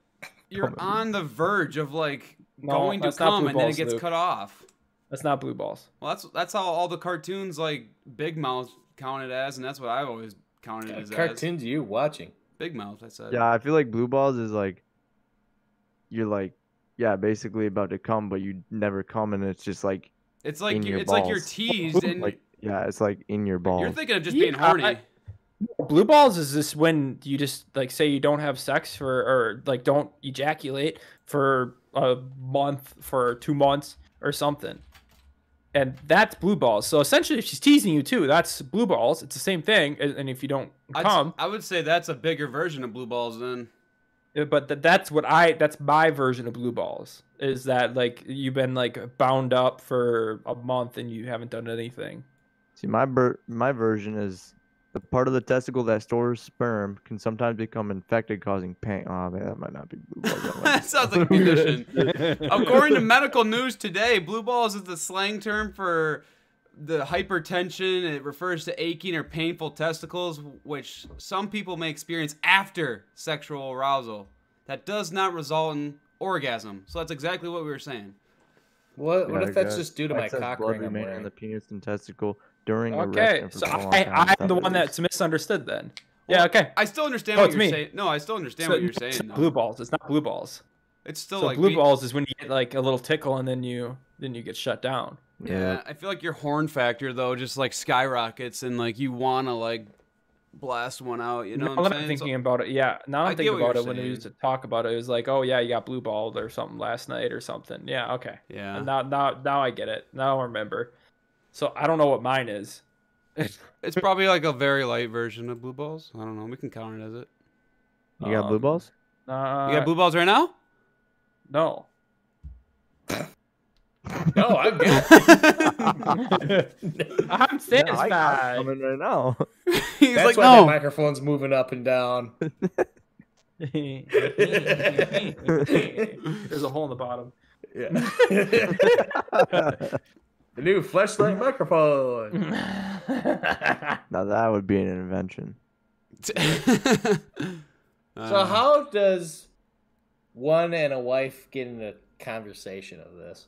B: you're
F: Coming.
B: on the verge of like
E: No,
B: going to
E: that's not
B: come
E: blue
B: and then it
E: balls,
B: gets
E: Luke.
B: cut off.
E: That's not blue balls.
B: Well, that's that's how all the cartoons like Big Mouth counted as, and that's what I've always counted it as.
C: What cartoons are you watching?
B: Big Mouth, I said.
F: Yeah, I feel like blue balls is like you're like yeah, basically about to come, but you never come, and it's just like
B: It's like
F: In
B: you,
F: your
B: it's like you're
F: balls.
B: teased and
F: like yeah, it's like in your balls.
B: you're thinking of just
E: Yeah,
B: being horny.
E: I- Blue balls is this when you just like say you don't have sex for or like don't ejaculate for a month for two months or something. And that's blue balls. So essentially if she's teasing you too, that's blue balls. It's the same thing and and if you don't
B: I'd-
E: come,
B: I would say that's a bigger version of blue balls then.
E: uh, but th- that's what I that's my version of blue balls is that like you've been like bound up for a month and you haven't done anything.
F: See, my ber- my version is the part of the testicle that stores sperm can sometimes become infected, causing pain. Oh man, that might not be blue balls. that might
B: that sounds like a condition. According to medical news today, blue balls is the slang term for the hypertension. It refers to aching or painful testicles, which some people may experience after sexual arousal. That does not result in orgasm. So that's exactly what we were saying.
C: What?
F: be.
C: what
F: Yeah,
C: if that's
F: good.
C: just due to
F: Mine
C: my
F: says
C: cock
F: blood
C: ring? I'm
F: remaining in
C: wearing?
F: the penis and testicle during
E: Okay.
F: erection. for
E: So
F: prolonged
E: I,
F: time,
E: I'm the one
F: that is-
E: that's misunderstood then. yeah, okay.
B: I still understand
E: Oh,
B: what
E: it's
B: you're
E: me.
B: saying. No, I still understand
E: So
B: what you're
E: it's
B: saying.
E: not
B: though.
E: blue balls. It's not blue balls.
B: It's still
E: so
B: like
E: blue
B: be-
E: balls is when you get like a little tickle and then you then you get shut down.
B: Yeah, I feel like your horn factor though just like skyrockets and like you wanna like blast one out. You know
E: now
B: what I'm
E: that I'm
B: saying?
E: thinking about it, yeah. Now
B: I
E: I'm
B: get
E: thinking
B: what you're
E: about it when they used to talk about it, it was like, oh yeah, you got blue balled or something last night or something. Yeah, okay.
B: So- yeah,
E: And now now now I get it. Now I remember. So I don't know what mine is.
B: it's probably like a very light version of blue balls. I don't know. We can count it as it.
F: You got blue
E: Um,
F: balls?
E: Uh,
B: you got blue balls right now?
E: no.
C: No, I'm good.
E: I'm
F: No, I
E: satisfied.
F: got it coming right now.
B: He's like,
C: That's why the
B: no.
C: microphone's moving up and down.
E: There's a hole in the bottom.
C: Yeah. the new flashlight microphone.
F: now that would be an invention.
B: Uh.
C: So how does one and a wife get in a conversation of this?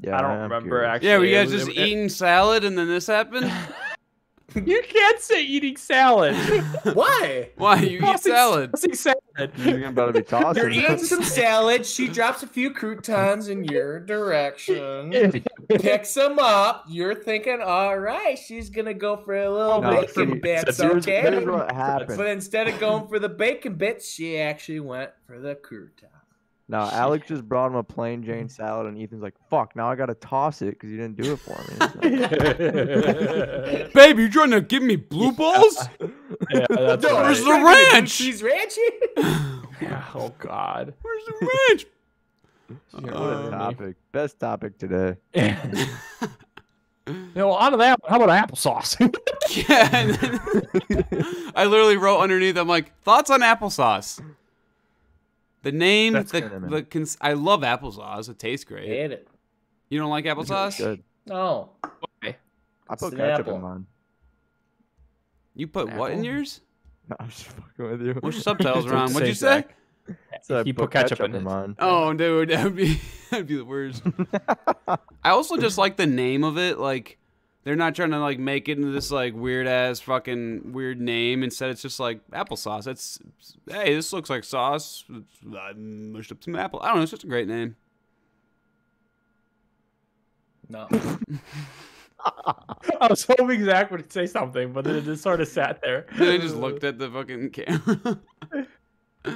F: Yeah,
E: I don't
F: I'm
E: remember
F: curious.
E: actually.
B: Yeah, were you guys
E: It was-
B: just
E: it was-
B: eating salad and then this happened?
E: You can't say eating salad.
C: Why?
B: Why you eat
E: Tossing-
B: salad?
E: tossing salad.
F: You're about to be tossed.
C: You're eating some salad. She drops a few croutons in your direction. Picks them up. You're thinking, all right, she's gonna go for a little
F: No,
C: bacon
F: see,
C: bits,
F: Here's,
C: okay?
F: here's what
C: But
F: happened.
C: instead of going for the bacon bits, she actually went for the crouton.
F: Now Alex just brought him a plain Jane salad, and Ethan's like, "Fuck! Now I gotta toss it because you didn't do it for me." It's like-
B: Babe, you trying to give me blue balls?
E: yeah, that's
B: Where's
E: right.
B: the ranch?
C: She's ranchy.
E: Yeah, oh God.
B: Where's the wrench?
E: Shit,
F: What a
E: um,
F: topic. Best topic today.
E: yeah, well, out of that, how about applesauce?
B: Yeah. and then- I literally wrote underneath. I'm like, thoughts on applesauce. The name,
F: That's
B: the,
F: good, man.
B: the cons- I love applesauce. It tastes great.
C: Hate it.
B: You don't like applesauce?
F: Good.
C: No.
F: I put
C: Snapple.
F: ketchup in mine.
B: You put what in
E: Apple?
B: yours?
F: No, I'm just fucking with you.
B: Which subtitles are on?
E: Don't
B: What'd you
E: say,
B: say?
E: Zach.
F: So I
E: he put ketchup in it.
F: mine.
B: Oh, dude, that'd be that'd be the worst. I also just like the name of it. Like, they're not trying to like make it into this like weird ass fucking weird name. Instead, it's just like applesauce. It's hey, this looks like sauce. I mushed up some apple. I don't know. It's just a great name.
C: No.
E: I was hoping Zach would say something, but then it just sort of sat there.
B: Then I just looked at the fucking camera.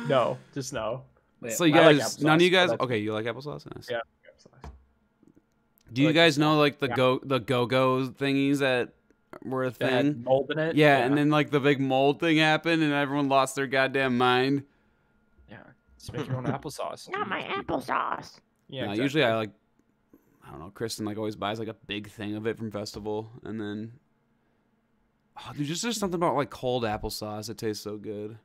E: No, just no.
B: so you
E: I like
B: guys, none of
E: applesauce,
B: you guys.
E: but that's-
B: Okay, you like applesauce? Nice.
E: Yeah.
B: Do you
E: like
B: guys know like the
E: Yeah.
B: go the go go thingies that were a
E: That
B: thing?
E: had mold in it.
B: Yeah, and then like the big mold thing happened, and everyone lost their goddamn mind.
E: yeah, just make your own applesauce.
G: Not my applesauce.
E: Yeah,
B: Nah,
E: exactly.
B: usually I like, I don't know. Kristen like always buys like a big thing of it from festival, and then oh, dude, just there's something about like cold applesauce. It tastes so good,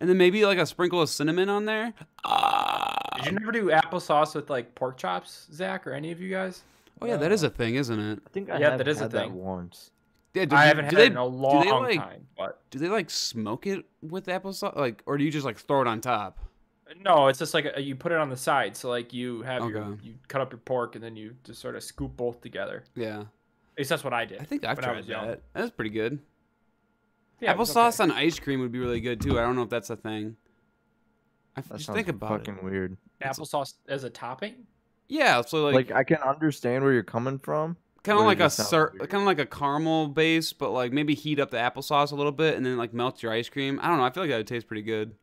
B: and then maybe like a sprinkle of cinnamon on there. Ah.
E: Did you never do applesauce with like pork chops, Zach, or any of you guys?
B: Oh yeah,
E: Uh,
B: that is a thing, isn't it?
F: I think I
E: Yeah,
F: have
E: that is a
F: had
E: thing.
F: once.
B: Yeah, do
E: I
B: you-
E: haven't
B: do
E: had
B: they,
E: it in a long
B: like-
E: time, but
B: Do they like smoke it with applesauce, like, or do you just like throw it on top?
E: No, it's just like a, you put it on the side. So like you have your,
B: Okay.
E: you cut up your pork and then you just sort of scoop both together.
B: Yeah,
E: At least that's what I did.
B: I think I've
E: When I
B: tried
E: was young.
B: that. That's pretty good.
E: Yeah, it was
B: Applesauce
E: okay.
B: on ice cream would be really good too. I don't know if that's a thing. I f-
F: That
B: just
F: sounds
B: think about
F: fucking
B: it.
F: weird.
E: applesauce as a topping.
B: Yeah, so like,
F: Like, I can understand where you're coming from.
B: kind of
F: would
B: like a
F: just sound
B: sir,
F: weird.
B: kind of like a caramel base, but like maybe heat up the applesauce a little bit and then like melt your ice cream. I don't know. I feel like that would taste pretty good.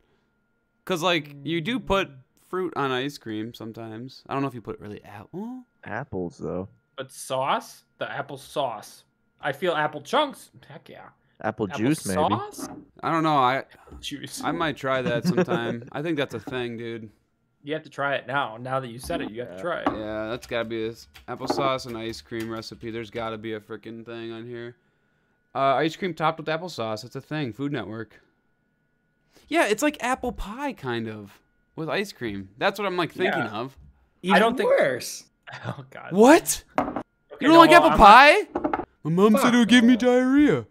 B: Cause like you do put fruit on ice cream sometimes. I don't know if you put really apple.
F: Apples though.
E: But sauce, the apple sauce. I feel apple chunks. Heck yeah.
F: Apple,
E: Apple
F: juice maybe.
E: Sauce?
B: I don't know. I
E: Juice.
B: I might try that sometime. I think that's a thing, dude.
E: You have to try it now. Now that you said it, you have to try it.
B: Yeah, that's gotta be this applesauce and ice cream recipe. There's gotta be a freaking thing on here. Uh, ice cream topped with applesauce. It's a thing. Food Network. Yeah, it's like apple pie kind of with ice cream. That's what I'm like thinking
E: Yeah.
B: of.
E: I don't think-
C: worse.
E: Oh god.
B: What?
E: Okay,
B: You don't
E: no,
B: like
E: well,
B: apple
E: I'm not-
B: pie? My mom said it would give me
C: Fuck no.
B: diarrhea.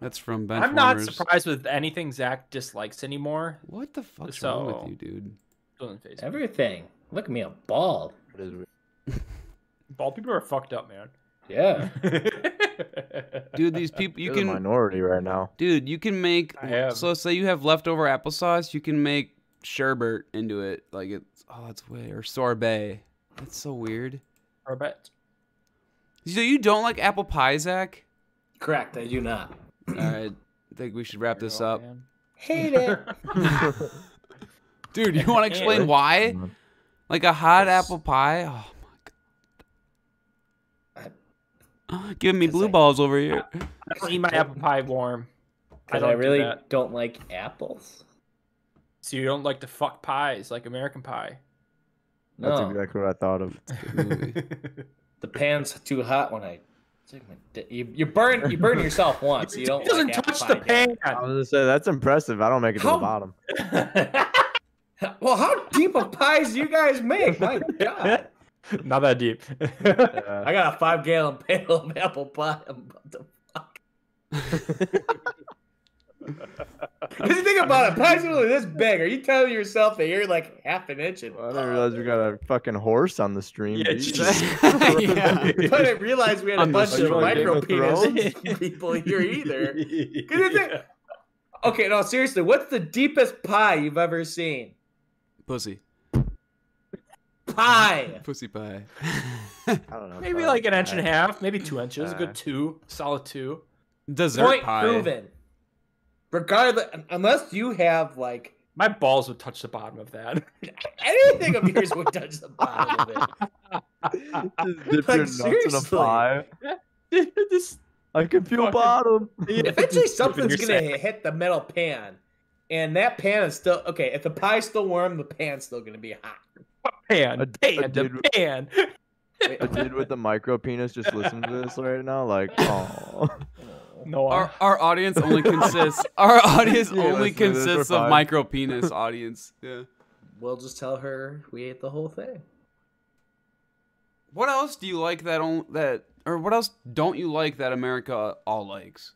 B: That's from Ben.
E: I'm not surprised with anything Zach dislikes anymore.
B: What the fuck's wrong
E: So-
B: with you, dude?
E: Don't face it.
C: Everything. Look at me, I'm bald.
F: It is weird.
E: Bald people are fucked up, man.
C: Yeah.
B: Dude, these people you
F: You're
B: can
F: the minority right now.
B: Dude, you can make.
E: I am.
B: So say you have leftover applesauce, you can make sherbet into it. Like it's oh, that's way or sorbet. That's so weird.
E: Or bet.
B: So you don't like apple pie, Zach?
C: Correct, I do not.
B: All right, I think we should wrap this
E: Oh,
B: up.
E: man.
C: Hate it.
B: Dude, you want to explain
E: Yeah.
B: why?
F: Mhm.
B: Like a hot
C: Yes.
B: apple pie? Oh my god.
C: I-
B: Oh, giving me
C: Yes,
B: blue
C: I-
B: balls over here.
E: I don't eat my apple pie warm. I
C: Because
E: don't
C: I,
E: do
C: really
E: that.
C: don't like apples.
E: So you don't like to fuck pies like American pie.
F: That's
C: No,
F: exactly what I thought of.
C: the pan's too hot when I. take my di- You, you burn you burn yourself once. You don't.
E: He doesn't
C: like apple
E: touch
C: pie
E: the
C: again.
E: pan.
F: I was gonna say that's impressive. I don't make it to
C: How-
F: the bottom.
C: Well, how deep of pies do you guys make? My God,
E: Not that deep.
F: Yeah.
C: I got a five gallon pail of apple pie. I'm about to fuck. Because you think about it, pies are only this big. Are you telling yourself that you're like half an inch? In
F: Well, I didn't realize we got a fucking horse on the stream.
E: Yeah,
F: Jesus.
E: Jesus.
B: Yeah.
C: But I didn't realize we had a
B: On the
C: bunch of
F: stream.
C: micro penis
E: Game of Thrones?
C: people here either. 'Cause it's like- Okay, no, seriously, what's the deepest pie you've ever seen?
B: Pussy.
C: Pie.
B: Pussy pie.
F: I don't know.
E: Maybe
F: probably
E: like an inch
F: five.
E: and a half, maybe two inches. a
F: Uh,
E: good two, solid two.
B: Dessert
C: Point
B: pie.
C: proven. Regardless, unless you have like
E: My balls would touch the bottom of that.
C: anything of yours would touch the bottom of it.
F: Just dip
C: Like,
F: your nuts in a
C: seriously.
F: pie.
E: This-
F: I can feel
E: Fucking-
F: bottom.
E: yeah,
C: Eventually,
E: just dip in
C: something's
E: your
C: gonna
E: sack.
C: hit the metal pan, and that pan is still okay. If the pie's still warm, the pan's still gonna be hot.
E: Pan,
F: A- a
E: pan, the
F: dude-
E: pan.
F: A dude with a micro penis just listening to this right now, like, oh,
E: No, uh,
B: Our, our audience only consists. Our audience
F: Yeah,
B: only
F: let's do this,
B: consists
F: we're
B: of
F: fine.
B: micro penis audience. Yeah.
C: We'll just tell her we ate the whole thing.
B: What else do you like that on that or what else don't you like that America all likes?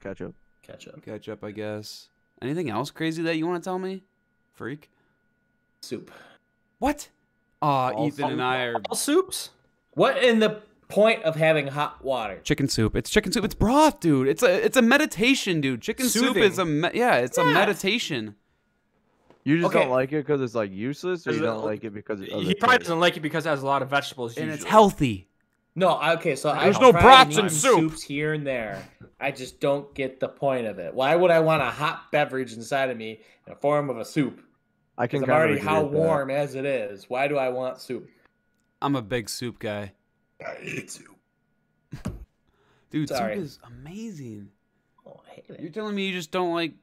F: ketchup.
C: Ketchup,
B: Ketchup, I guess. Anything else crazy that you want to tell me? Freak.
C: soup.
B: What? Aw,
E: All
B: Ethan and
E: some-
B: I are
E: all soups.
C: What in the point of having hot water?
B: chicken soup. It's chicken soup. It's broth, dude. It's a it's a meditation, dude. Chicken soup is a me- yeah. It's a meditation.
F: You just
C: Okay.
F: don't like it because it's like useless, or
E: Is
F: you
E: it-
F: don't like it because it's
E: He probably doesn't like it because it has a lot of vegetables.
B: and it's
E: usually.
B: healthy.
C: No, okay, so I
E: There's
B: no
C: try
B: brats
C: new
B: in soup.
C: soups here and there. I just don't get the point of it. Why would I want a hot beverage inside of me in the form of a soup?
F: I can
C: Because I'm
F: kinda
C: already
F: agree
C: how
F: with that.
C: warm as it is. Why do I want soup?
B: I'm a big soup guy,
C: I hate soup.
B: dude.
C: Sorry.
B: Soup is amazing.
C: Oh, I hate
B: You're
C: it.
B: telling me you just don't like,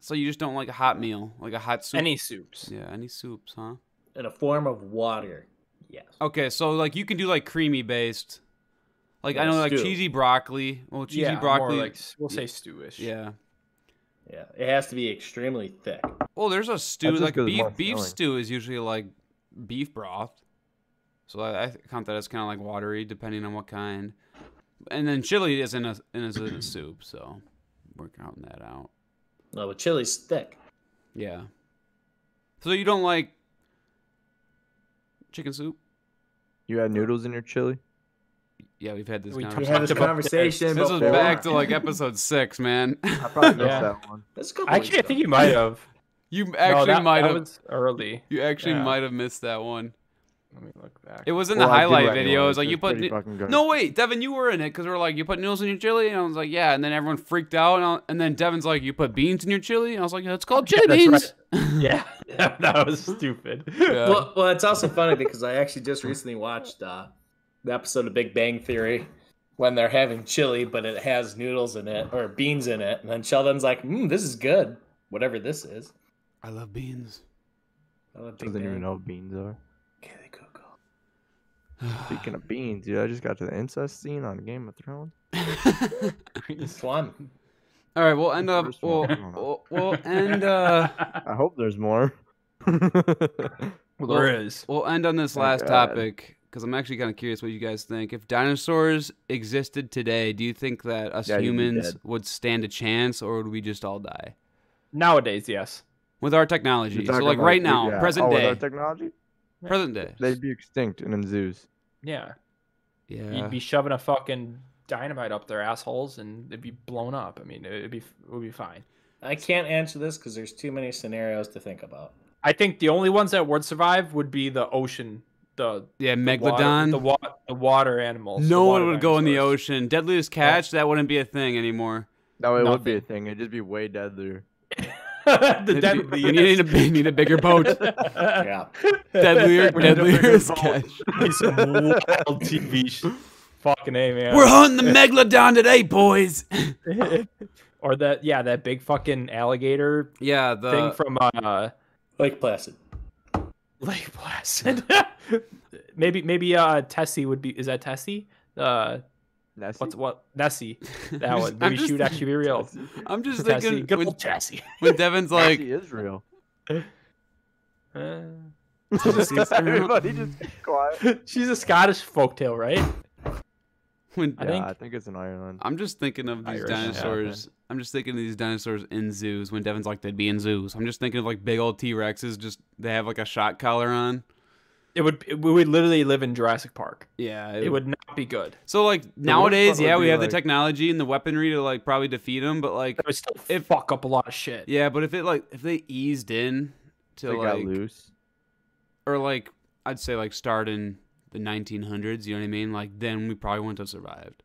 B: so you just don't like a hot meal, like a hot soup.
E: any soups.
B: Yeah, any soups, huh?
C: In a form of water. Yes.
B: Okay, so like you can do like creamy based, like I know
C: Yes,
B: like
C: stew.
B: cheesy broccoli. Well, cheesy
E: yeah, more
B: broccoli.
E: Like, we'll say stewish.
B: yeah.
C: Yeah. It has to be extremely thick.
B: Well, there's a stew
F: That's just
B: like
F: 'cause it's
B: beef.
F: more
B: Beef
F: filling.
B: stew is usually like beef broth, so I, I count that as kind of like watery, depending on what kind. And then chili is in a in a, in a soup, so we're counting that out.
C: No, but chili's thick.
B: Yeah. So you don't like chicken soup?
F: You had noodles in your chili.
B: Yeah, we've had this.
E: We
C: We
B: conversation.
C: had
E: talked
C: this
E: about
C: conversation
B: This is
C: before.
B: back to like episode six, man.
F: I probably missed
E: Yeah.
F: that one.
C: That's a couple
E: Actually, I
C: weeks
E: think
C: ago.
E: you might have.
B: you
E: No,
B: actually
E: that-
B: might
E: that
B: have.
E: was early.
B: You actually
E: yeah.
B: might have missed that one.
E: Let me look back.
B: It was in
F: Well,
B: the
F: I did
B: highlight
F: like it.
B: video. It was
F: It's
B: like you put.
F: pretty
B: nu-
F: fucking good.
B: No wait, Devin, you were in it because we were like, you put noodles in your chili, and I was like, yeah. And then everyone freaked out, and, I- and then Devin's like, you put beans in your chili, and I was like, yeah, it's called chili
E: that's
B: beans.
E: yeah, that was stupid.
B: Yeah.
C: Well, well, it's also funny because I actually just recently watched uh, the episode of Big Bang Theory when they're having chili, but it has noodles in it or beans in it, and then Sheldon's like, mm, "This is good, whatever this is."
B: I love beans.
C: I don't think
F: Doesn't even
C: they're-
F: know what beans are.
C: Okay, they cook all-
F: Speaking of beans, dude, I just got to the incest scene on Game of Thrones.
C: Which one?
B: All right, we'll end
F: The
B: up.
F: first
B: We'll,
F: one, I don't know.
B: we'll we'll end. Uh,
F: I hope there's more.
E: There is.
B: We'll end on this
F: Oh,
B: last
F: God.
B: topic because I'm actually kind of curious what you guys think. If dinosaurs existed today, do you think that us
F: Yeah, you'd be
B: humans
F: dead.
B: would stand a chance, or would we just all die
E: Nowadays, yes.
B: with our
F: You're
B: technology? So,
F: talking
B: like
F: about-
B: right now,
F: yeah.
B: present
F: oh, with
B: day,
F: our technology,
B: present day.
F: they'd be extinct and in zoos.
E: Yeah.
B: yeah,
E: You'd be shoving a fucking dynamite up their assholes and it'd be blown up. I mean, it'd be it would be fine.
C: I can't answer this because there's too many scenarios to think about.
E: I think the only ones that would survive would be the ocean, the
B: yeah,
E: the water-
B: megalodon.
E: the water, the water animals. the
B: no one
E: water
B: would go in the
E: dinosaurs.
B: ocean. Deadliest catch, that wouldn't be a thing anymore.
F: No, it would be a thing. It'd just be way deadlier.
E: the
B: It'd
E: dead,
B: be- you need a you need a bigger boat.
C: Yeah,
B: Deadlier,
F: We need a bigger
B: deadliest
F: boat.
B: catch.
E: Be some wild TV sh- Fucking a man.
B: We're hunting the megalodon today, boys.
E: or that yeah that big fucking alligator
B: Yeah, the
E: thing from uh
C: Lake Placid.
E: Lake Placid. maybe maybe uh Tessie would be is that Tessie? Uh
F: Nessie?
E: what's what Nessie. That
B: I'm
E: one.
B: just-
E: Maybe
B: I'm
E: she would
B: just-
E: actually be real.
B: I'm just
E: Tessie.
B: thinking
E: Good
B: when,
E: old Tessie.
B: when Devin's like,
F: Nessie is real.
E: Uh,
F: Everybody just keep quiet.
E: she's a Scottish folktale, right?
B: when
E: I
F: yeah,
E: think-
F: I think it's in Ireland.
B: I'm just thinking of these
E: Irish, yeah, okay.
B: dinosaurs. I'm just thinking of these dinosaurs in zoos when Devin's like they'd be in zoos. I'm just thinking of like big old T Rexes. Just they have like a shot collar on.
E: It would it- we would literally live in Jurassic Park.
B: Yeah,
E: It would not be good.
B: So like nowadays,
F: front would
B: yeah, we
F: be,
B: have
F: like-
B: the technology and the weaponry to like probably defeat them. But like,
E: It would still
B: If-
E: fuck up a lot of shit.
B: yeah, but if it like if they eased in to
F: They got
B: like
F: loose.
B: or like I'd say like start in the 1900s. You know what I mean? Like then we probably wouldn't have survived.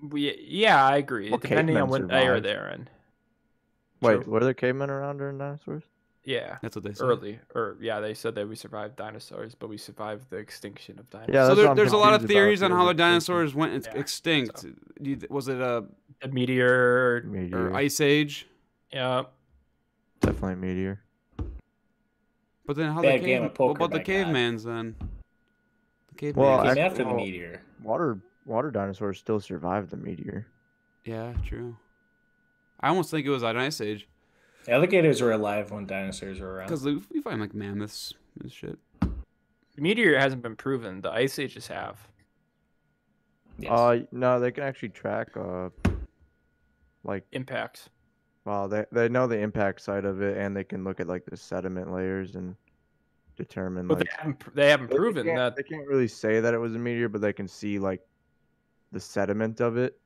E: We, yeah, I agree.
F: Well,
E: Depending on what
F: cavemen
E: era
F: survived.
E: they're in.
F: Wait,
E: True.
F: were there cavemen around during dinosaurs?
E: Yeah.
B: That's what they said.
E: early or yeah they said that we survived dinosaurs but we survived the extinction of dinosaurs
F: Yeah,
B: so
F: that's what
B: there,
F: I'm
B: there's a lot of
F: confused about,
B: theories on
F: too,
B: how
F: is
B: the
F: it-
B: dinosaurs went ex-
E: Yeah,
B: extinct. Do you- Was it a
E: the meteor
F: Maybe.
B: or ice age?
E: yeah
F: definitely a meteor.
B: But then how
C: Bad
B: the
C: game
B: cave,
C: of poker,
B: what about the
C: my guy.
B: caveman's then? The caveman.
F: Well,
C: Came
F: I-
C: after the
F: well-
C: meteor.
F: Water water dinosaurs still survived the meteor.
B: yeah, true. I almost think it was an ice age
C: Alligators were alive when dinosaurs were around.
B: because we we find like mammoths and shit.
E: The meteor hasn't been proven. The ice ages have.
C: Yes.
F: Uh, no, they can actually track. Uh, like,
E: Impacts.
F: well, they they know the impact side of it, and they can look at like the sediment layers and determine
E: But
F: like.
E: they haven't, pr- they haven't
F: They
E: proven
F: can't-
E: that.
F: they can't really say that it was a meteor, but they can see like the sediment of it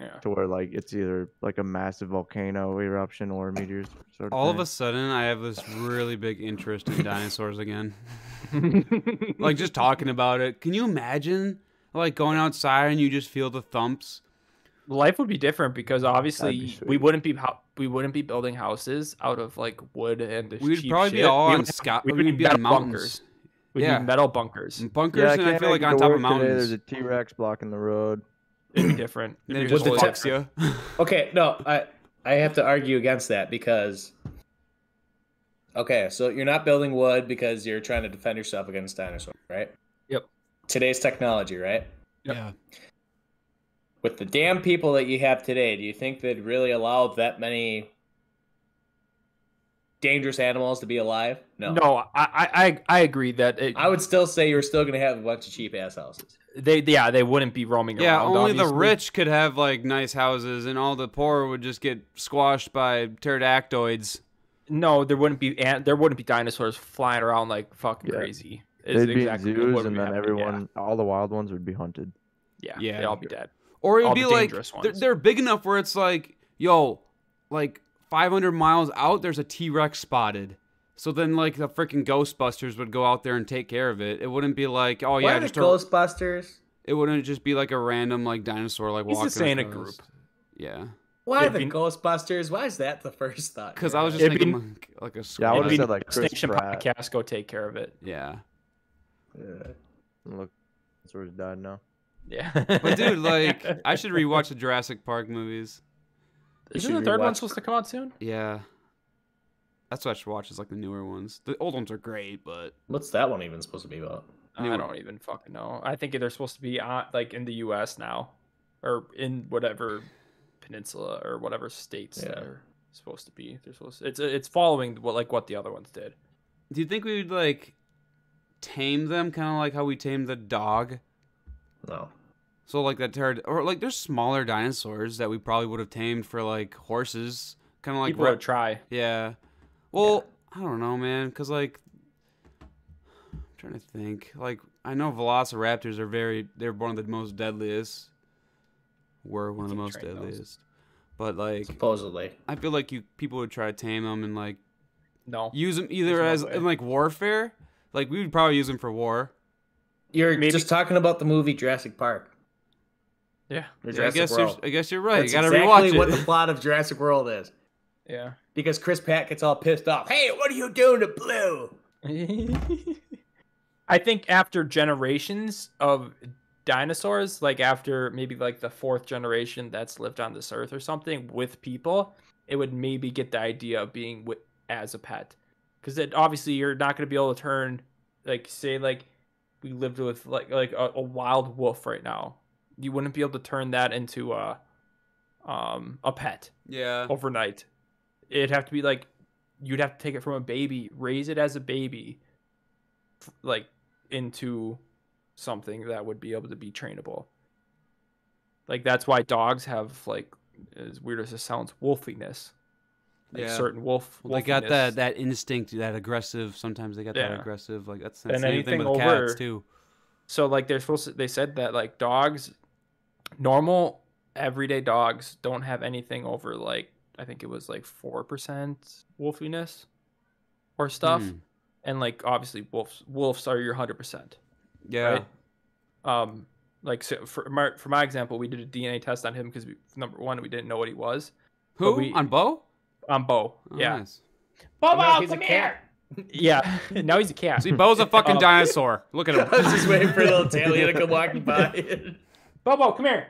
E: Yeah.
F: to where like it's either like a massive volcano eruption or meteors. Sort of
B: All of
F: thing.
B: a sudden, I have this really big interest in dinosaurs again. like just talking about it. Can you imagine like going outside and you just feel the thumps?
E: Life would be different because obviously we
F: sweet.
E: wouldn't be ho- we wouldn't be building houses out of like wood and this
B: We'd
E: cheap
B: probably be
E: shit.
B: all
E: we
B: on
E: would-
B: Scott.
E: we
B: We'd, be
E: would be
B: on
E: metal
B: mountains,
E: bunkers. We'd
B: Yeah.
E: be metal bunkers.
B: And bunkers, and I
F: can't
B: feel like
F: make it
B: on
F: to
B: top of
F: work today,
B: mountains.
F: There's a T Rex blocking the road.
E: It'd be different. It'd
B: They're
E: be
B: just
E: totally
C: the-
E: different.
B: attacks you.
C: Okay, no, I I have to argue against that because Okay, so you're not building wood because you're trying to defend yourself against dinosaurs, right?
E: Yep.
C: Today's technology, right?
B: yeah.
C: With the damn people that you have today, do you think they'd really allow that many dangerous animals to be alive? No.
E: No, I, I I- I agree that it,
C: I would still say you're still going to have a bunch of cheap ass houses.
E: they yeah they wouldn't be roaming
B: Yeah,
E: around.
B: only the
E: obviously.
B: rich could have like nice houses, and all the poor would just get squashed by pterodactyls.
E: No, there wouldn't be an- there wouldn't be dinosaurs flying around like fucking
F: Yeah.
E: crazy. Is
F: They'd be in
E: exactly what
F: zoos,
E: would
F: and
E: be
F: then
E: happening, yeah.
F: everyone, all the wild ones would be hunted.
E: Yeah,
B: Yeah.
E: they'd all be dead.
B: Or it would
E: All
B: be
E: the
B: like
E: dangerous
B: they're,
E: ones.
B: they're big enough where it's like, yo, like 500 miles out, there's a T Rex spotted. So then, like the freaking Ghostbusters would go out there and take care of it. It wouldn't be like, oh
C: Why
B: yeah,
C: are the
B: just a-
C: Ghostbusters?
B: it wouldn't just be like a random like dinosaur like
E: He's
B: walking.
E: just saying a
B: across.
E: group.
B: Yeah,
C: Why
E: It'd
C: the
E: be-
C: Ghostbusters? Why is that the first thought?
B: because
C: here?
B: I was just
E: It'd
B: thinking
E: be-
B: like, like a
F: Yeah, I
B: squad.
F: would have
E: It'd
F: said
E: be
F: like Chris
E: Extinction
F: Pratt.
E: Podcast go take care of it.
B: yeah.
C: Yeah.
F: Look, dinosaurs died now.
E: Yeah,
B: But dude, like I should rewatch the Jurassic Park movies.
E: Isn't the
C: should
E: third one
C: rewatch-
E: supposed to come out soon?
B: Yeah. That's what I should watch is like the newer ones. The old ones are great, but
C: What's that one even supposed to be about?
E: I
B: Newer.
E: don't even fucking know. I think they're supposed to be on like in the U.S. now, or in whatever peninsula or whatever states
C: Yeah.
E: they're supposed to be. They're supposed. it's it's following what like what the other ones did.
B: do you think we would like tame them kind of like how we tamed the dog?
C: No.
B: So like that pterod or like there's smaller dinosaurs that we probably would have tamed for like horses, kind of like
E: People
B: rep-
E: would try.
B: yeah. Well, I don't know, man, cuz like I'm trying to think. Like I know velociraptors are very they're one of the most deadliest were one of the
E: can
B: most
E: train those.
B: deadliest. But like
C: Supposedly.
B: I feel like you people would try to tame them and like
E: No,
B: use them either
E: There's
B: as
E: no way.
B: in like warfare. Like we would probably use them for war.
C: You're
E: Maybe-
C: just talking about the movie Jurassic Park.
E: yeah,
C: Or
B: Yeah, I
C: Jurassic
B: guess
C: World.
B: you're I guess you're right.
C: That's
B: you gotta
C: exactly
B: rewatch
C: what
B: it.
C: the plot of Jurassic World is.
E: yeah.
C: Because Chris Pratt gets all pissed off. Hey, what are you doing to Blue?
E: I think after generations of dinosaurs, like after maybe like the fourth generation that's lived on this earth or something with people, it would maybe get the idea of being wi as a pet. Because it obviously you're not going to be able to turn, like say like we lived with like like a, a wild wolf right now, you wouldn't be able to turn that into a um a pet
B: Yeah.
E: overnight. It'd have to be like you'd have to take it from a baby, raise it as a baby, f- like into something that would be able to be trainable. Like that's why dogs have like as weird as it sounds, wolfiness. Like
B: Yeah.
E: certain wolf.
B: Well, they got that
E: wolfiness.
B: that instinct, that aggressive. Sometimes they got
E: Yeah.
B: that aggressive. Like that's the
E: And
B: same thing
E: anything
B: with
E: over-
B: cats too.
E: So like they're supposed to they said that like dogs normal everyday dogs don't have anything over like I think it was like 4% wolfiness or stuff
B: Hmm.
E: and like obviously wolves wolves are your 100%.
B: Yeah.
E: Right? Um like so for my, for my example we did a DNA test on him cuz number 1 we didn't know what he was.
B: Who
E: But we-
B: on Bo?
E: On Bo.
B: Oh,
E: yeah.
B: nice.
C: Oh, no, he's a cat.
E: Yeah. now he's a cat.
B: See, Bo's a fucking
E: Um,
B: dinosaur. Look at
C: I was
B: him.
C: just waiting for little Talia to come walking by.
E: Bobo, come here.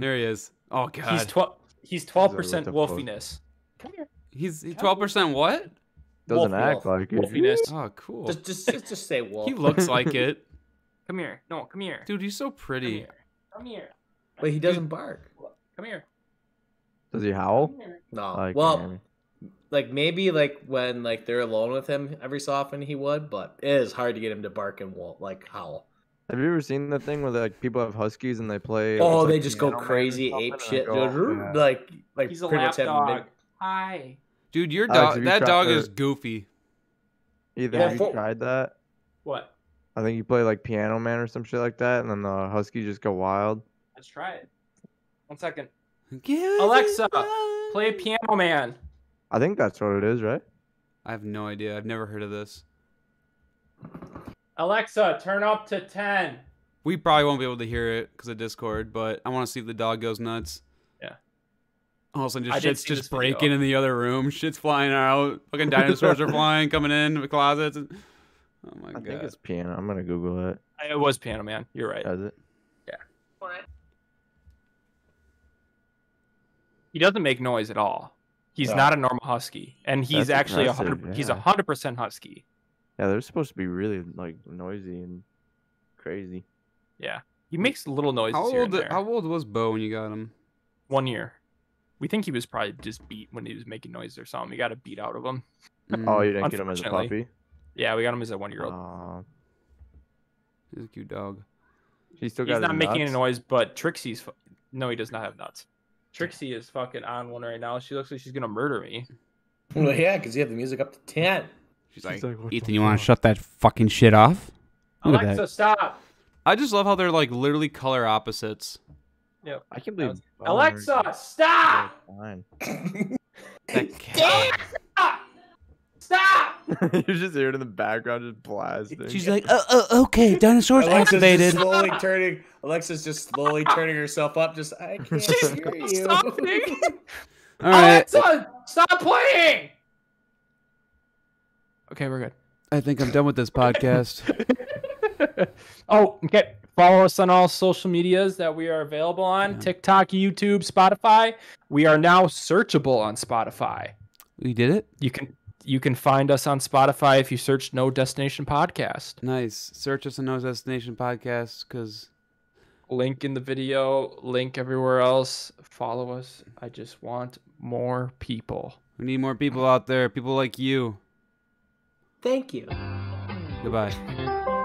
B: there he is. Oh god.
E: he's 12 he's 12%
F: What the fuck?
E: wolfiness. Come here.
B: He's twelve percent what?
C: Wolf,
F: Doesn't act
C: wolf.
F: like it.
E: Wolfiness.
B: Oh, cool.
C: Just, just, just, just say wolf.
B: He looks like it,
E: Come here. No, come here.
B: dude. He's so
E: come
B: pretty.
E: here. Come here.
C: but he doesn't bark.
E: Come here.
F: Does he howl?
E: Come here.
C: No.
F: I can't
C: well,
F: hear me.
C: like maybe like when like they're alone with him every so often he would, but it is hard to get him to bark and wolf like howl.
F: have you ever seen the thing where like people have huskies and they play?
C: oh,
F: it's
C: they
F: like
C: just go
F: Piano Man or
C: crazy
F: something,
C: ape
F: and they
C: shit,
F: go,
C: dude.
F: "Yeah."
C: like like
E: He's a
C: pretty
E: lap
C: much having
E: dog.
C: mid-
E: Hi.
B: Dude, your
F: Alex,
B: dog.
F: have you
B: that
F: tried
B: dog
F: to-
B: is goofy.
F: Either
E: Yeah,
F: you
E: for-
F: tried that.
E: What?
F: I think you play like Piano Man or some shit like that, and then the huskies just go wild.
E: Let's try it. One second.
B: Give
E: Alexa,
B: it up.
E: Play Piano Man.
F: I think that's what it is, right?
B: I have no idea. I've never heard of this.
E: Alexa, turn up to 10.
B: We probably won't be able to hear it because of Discord, but I want to see if the dog goes nuts.
E: Yeah.
B: All of a sudden,
E: I
B: just
E: did
B: shit's
E: see
B: just
E: this video.
B: breaking in the other room. Shit's flying out. Fucking dinosaurs are flying, coming in the closets. Oh my
F: I
B: god!
F: think it's piano. I'm gonna Google it.
E: It was Piano Man. You're right.
F: Does it?
E: He doesn't make noise at all. He's
C: No.
E: not a normal husky, and he's
F: That's
E: actually a hundred.
F: impressive,
E: He's a
F: yeah.
E: hundred percent husky.
F: Yeah, they're supposed to be really like noisy and crazy.
E: He makes little noises
B: how
E: here and
B: old?
E: there.
B: How old was Bo when you got him?
E: One year, we think he was probably just beat when he was making noise or something. We got a beat out of him.
F: Oh,
B: Mm,
F: you didn't get him as a
E: Unfortunately.
F: puppy.
E: Yeah, we got him as a one-year-old.
F: Aw.
B: he's a cute dog.
F: he still got.
E: he's
F: his
E: not making any
F: nuts?
E: noise, but Trixie's. Fu- no, he does not have nuts. Trixie is fucking on one right now. She looks like she's gonna murder me.
C: Well, yeah, because you have the music up to ten.
B: She's like,
F: She's like, "What the
B: Ethan, you want to
F: fuck?"
B: shut that fucking shit off? Look at
E: Alexa,
B: that.
E: stop!
B: I just love how they're like literally color opposites.
F: I can believe.
E: was-
F: Bone
E: Alexa,
F: Emergency
E: stop!
F: is Fine.
B: That cat.
E: Stop! Stop!
F: you just hear it in the background, just blasting.
B: She's like, oh, oh, okay, dinosaurs
C: Alexa's
B: activated.
C: just slowly turning. Alexa's just slowly turning herself up. Just I can't
E: She's
C: hear you.
E: stopping.
B: All right,
E: Alexa, stop playing! Okay, we're
B: I think I'm done with this podcast.
E: good. oh, okay. Follow us on all social medias that we are available on
B: Yeah.
E: TikTok, YouTube, Spotify. We are now searchable on Spotify.
B: we did it.
E: You can you can find us on Spotify if you search No Destination Podcast.
B: Nice. Search us on Nose Destination Podcast because
E: Link in the video, link everywhere else. Follow us. I just want more people.
B: we need more people out there. People like you.
C: Thank you.
B: Goodbye.